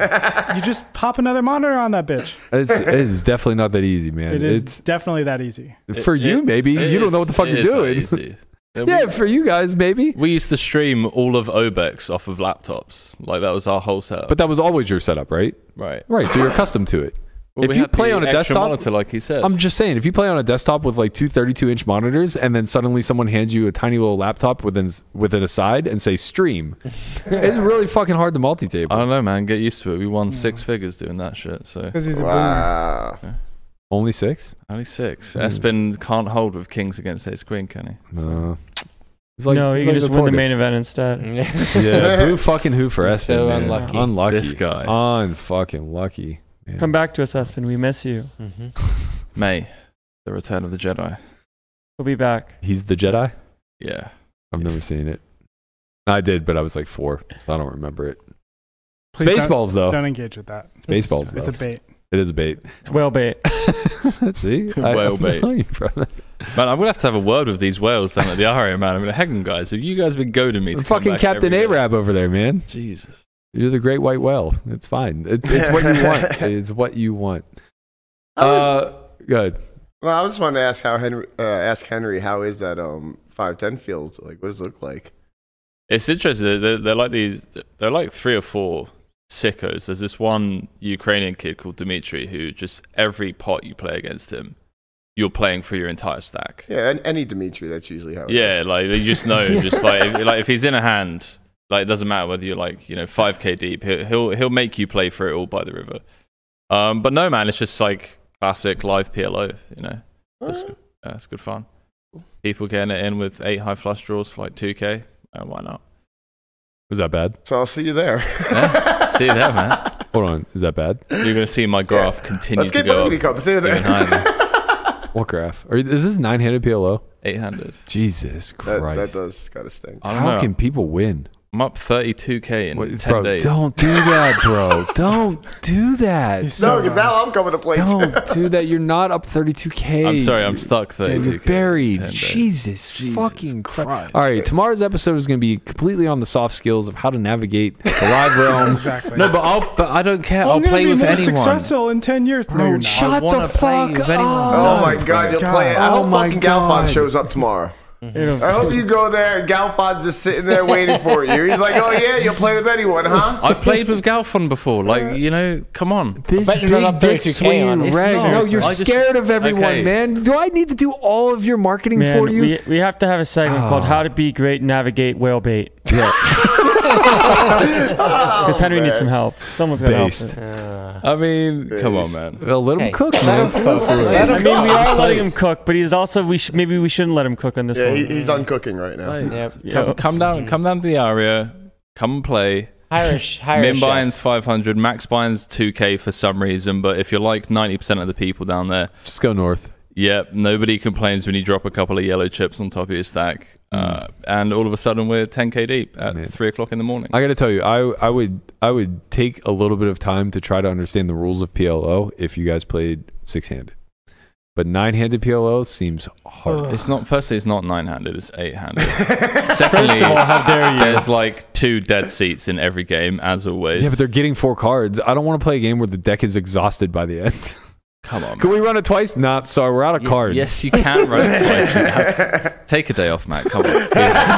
You just pop another monitor on that bitch.
It's, it's definitely not that easy, man.
It is
It's
definitely that easy.
for
It-
you,
it-
maybe.
it
you don't know what
is-
the fuck
it
you're
is that
doing.
easy. Yeah, we-
Yeah, for you guys, maybe.
We used to stream all of Obex off of laptops. Like that was our whole setup.
But that was always your setup, right?
right.
Right. So you're accustomed to it.
Well,
if
we
you
had
play
the
on a
extra
desktop,
monitor, like he said,
I'm just saying, if you play on a desktop with like two 32 inch monitors, and then suddenly someone hands you a tiny little laptop within within a side and say stream, it's really fucking hard to multi-table.
I don't know, man. Get used to it. We won six figures doing that shit. So
Because he's a boomer.
Wow.
Only six?
only six. Espen can't hold with kings against ace queen, can he?
Hmm. No. Uh, It's
no, he
it's
can just win the
tortoise.
main event instead.
Yeah, who fucking who for
He's
Espen?
so
man.
unlucky.
Unlucky.
This guy.
Uh. Unfucking lucky. man.
Come back to us, Aspen. We miss you.
hmm
May, the return of the Jedi.
We'll be back.
He's the Jedi?
Yeah.
I've never seen it. I did, but I was like four, so I don't remember it.
Please don't-
Spaceballs,
Don't,
though.
engage with that.
It's Spaceballs,
It's
though.
a bait.
It is a bait.
It's whale bait.
See?
Whale bait.
telling you, brother.
Man, I'm gonna have to have a word with these whales down at the Aria, man. I mean, Hagen guys, have you guys been goading me? To come
Fucking
back
Captain
every day?
Arab over there, man.
Jesus.
You're the great white whale. It's fine. It's, it's what you want. It's what you want. Uh, good.
Well, I just wanted to ask how Henry, uh, ask Henry, how is that um five ten field? Like, what does it look like?
It's interesting. They're, they're like these. They're like three or four sickos. There's this one Ukrainian kid called Dmitry who just every pot you play against him, you're playing for your entire stack.
Yeah, and any Dimitri, that's usually
Oh,
how. it is.
Yeah, like you just know, just like if, like if he's in a hand, like it doesn't matter whether you're like you know five k deep, he'll, he'll he'll make you play for it all by the river. Um, but no man, it's just like classic live PLO. You know, that's good. Yeah, it's good fun. People getting it in with eight high flush draws for like two k. Uh, why not?
Was that bad?
So I'll see you there.
Yeah, see you there, man.
Hold on. Is that bad?
You're gonna see my graph continue
Let's
to
get
go
Burgundy
up.
Cup. See you
Even higher.
there.
What graph? Or is this nine handed PLO?
Eight hundred.
Jesus
That,
Christ.
that does kind of sting.
I don't
How
know.
can people win?
I'm up 32k in
Wait,
10
bro,
days.
don't do that, bro. don't do that.
He's so
No, because
wrong.
now I'm coming to play. too.
Don't do that. You're not up 32k.
I'm sorry, I'm stuck
Yeah,
32k.
You're
in 10
buried.
days.
Jesus,
Jesus
fucking Christ.
Christ.
All right, tomorrow's episode is going to be completely on the soft skills of how to navigate the live realm.
Exactly.
No, but I'll. But I don't care.
Well,
I'll
I'm gonna
play
be
with
more
anyone. Oh,
successful in 10 years. no,
Bro,
you're not.
shut
I wanna
the
play
fuck
with anyone.
up.
Oh
No,
my
bro.
God, you'll play it. I
Oh
hope
my
fucking
God.
Galfond shows up tomorrow.
It'll-
I hope you go there and Galfond's just sitting there waiting for you. He's like, oh yeah, you'll play with anyone, huh?
I played with Galfon before. Like you know, come on.
This
bet you're not
big dick
up 32K on
swinging
it.
rag.
It's
No,
not.
you're
I just-
scared of everyone,
Okay.
man. Do I need to do all of your marketing
Man,
for you?
We, we have to have a segment called
Ah.
How to Be Great Navigate Whale Bait.
Yeah.
Because Henry
Oh,
needs some help. Someone's going to help
Based.
him.
I mean, come on, man.
Well, let him
Hey,
cook, man.
I mean, we are letting him cook, but he's also, we sh- maybe we shouldn't let him cook on this
Yeah,
one.
he, he's uncooking right now.
Yep.
Yo.
Come, come
Mm.
down. Come down to the area. Come and play.
Irish,
Min
Irish.
binds 500. Max binds 2k for some reason. But if you're like 90% of the people down there,
Just go north.
Yep, nobody complains when you drop a couple of yellow chips on top of your stack,
Mm.
uh, and all of a sudden we're 10k deep at
Man.
three o'clock in the morning.
I got to tell you, I I would I would take a little bit of time to try to understand the rules of PLO if you guys played six handed, but nine handed PLO seems hard.
it's not. Firstly, it's not nine-handed; it's eight-handed. Secondly,
First of all, how dare you?
there's like two dead seats in every game, as always.
yeah, but they're getting four cards. I don't want to play a game where the deck is exhausted by the end.
come on.
Can we run it twice? Not sorry, we're out of
man.
cards.
Yes, you can run it twice. You have to- Take a day off, Matt. Come on,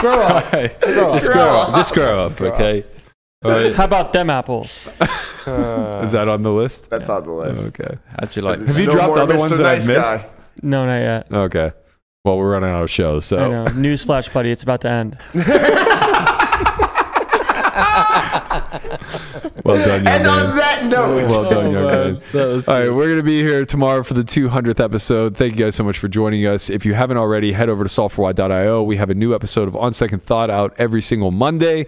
grow up. Just grow, up. Just grow up. Okay. All right.
How about them apples?
is that on the list?
That's on the list.
Okay.
How'd you like?
It's
Have you dropped
more
other
Mr.
ones that I've
nice
missed?
Guy.
No, not yet.
Okay. Well, we're running out of shows, so
I know. Newsflash, buddy. It's about to end.
well done, young
And
Oh, man.
on that note,
Well done, young man. All right, we're going to be here tomorrow for the 200th episode. Thank you guys so much for joining us. If you haven't already, head over to solveforwhy.io. We have a new episode of On Second Thought out every single Monday.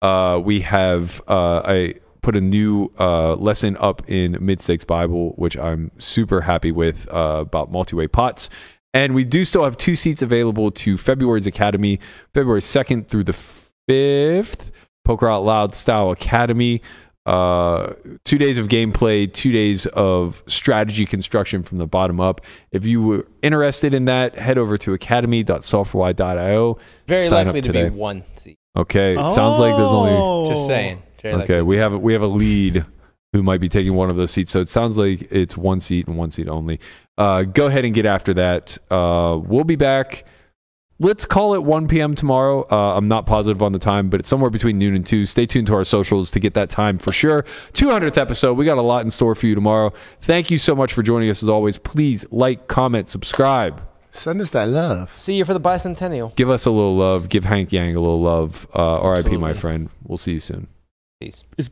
Uh, we have uh, I put a new uh, lesson up in Mid Stakes Bible, which I'm super happy with uh, about multi way pots. And we do still have two seats available to February's Academy, February 2nd through the 5th, Poker Out Loud Style Academy. Uh, two days of gameplay, two days of strategy construction from the bottom up. If you were interested in that, head over to academy.software.io.
Very
Sign up
likely to
today.
be Oh. one seat.
Okay, it sounds like there's only
Just saying. Very likely.
Okay, we have we have a lead who might be taking one of those seats. So it sounds like it's one seat and one seat only. Uh, go ahead and get after that. Uh, we'll be back. Let's call it 1 p.m. tomorrow. Uh, I'm not positive on the time, but it's somewhere between noon and 2. Stay tuned to our socials to get that time for sure. 200th episode. We got a lot in store for you tomorrow. Thank you so much for joining us as always. Please like, comment, subscribe.
Send us that love.
See you for the bicentennial.
Give us a little love. Give Hank Yang a little love. Uh, RIP, my
Absolutely.
friend. We'll see you soon.
Peace.
Is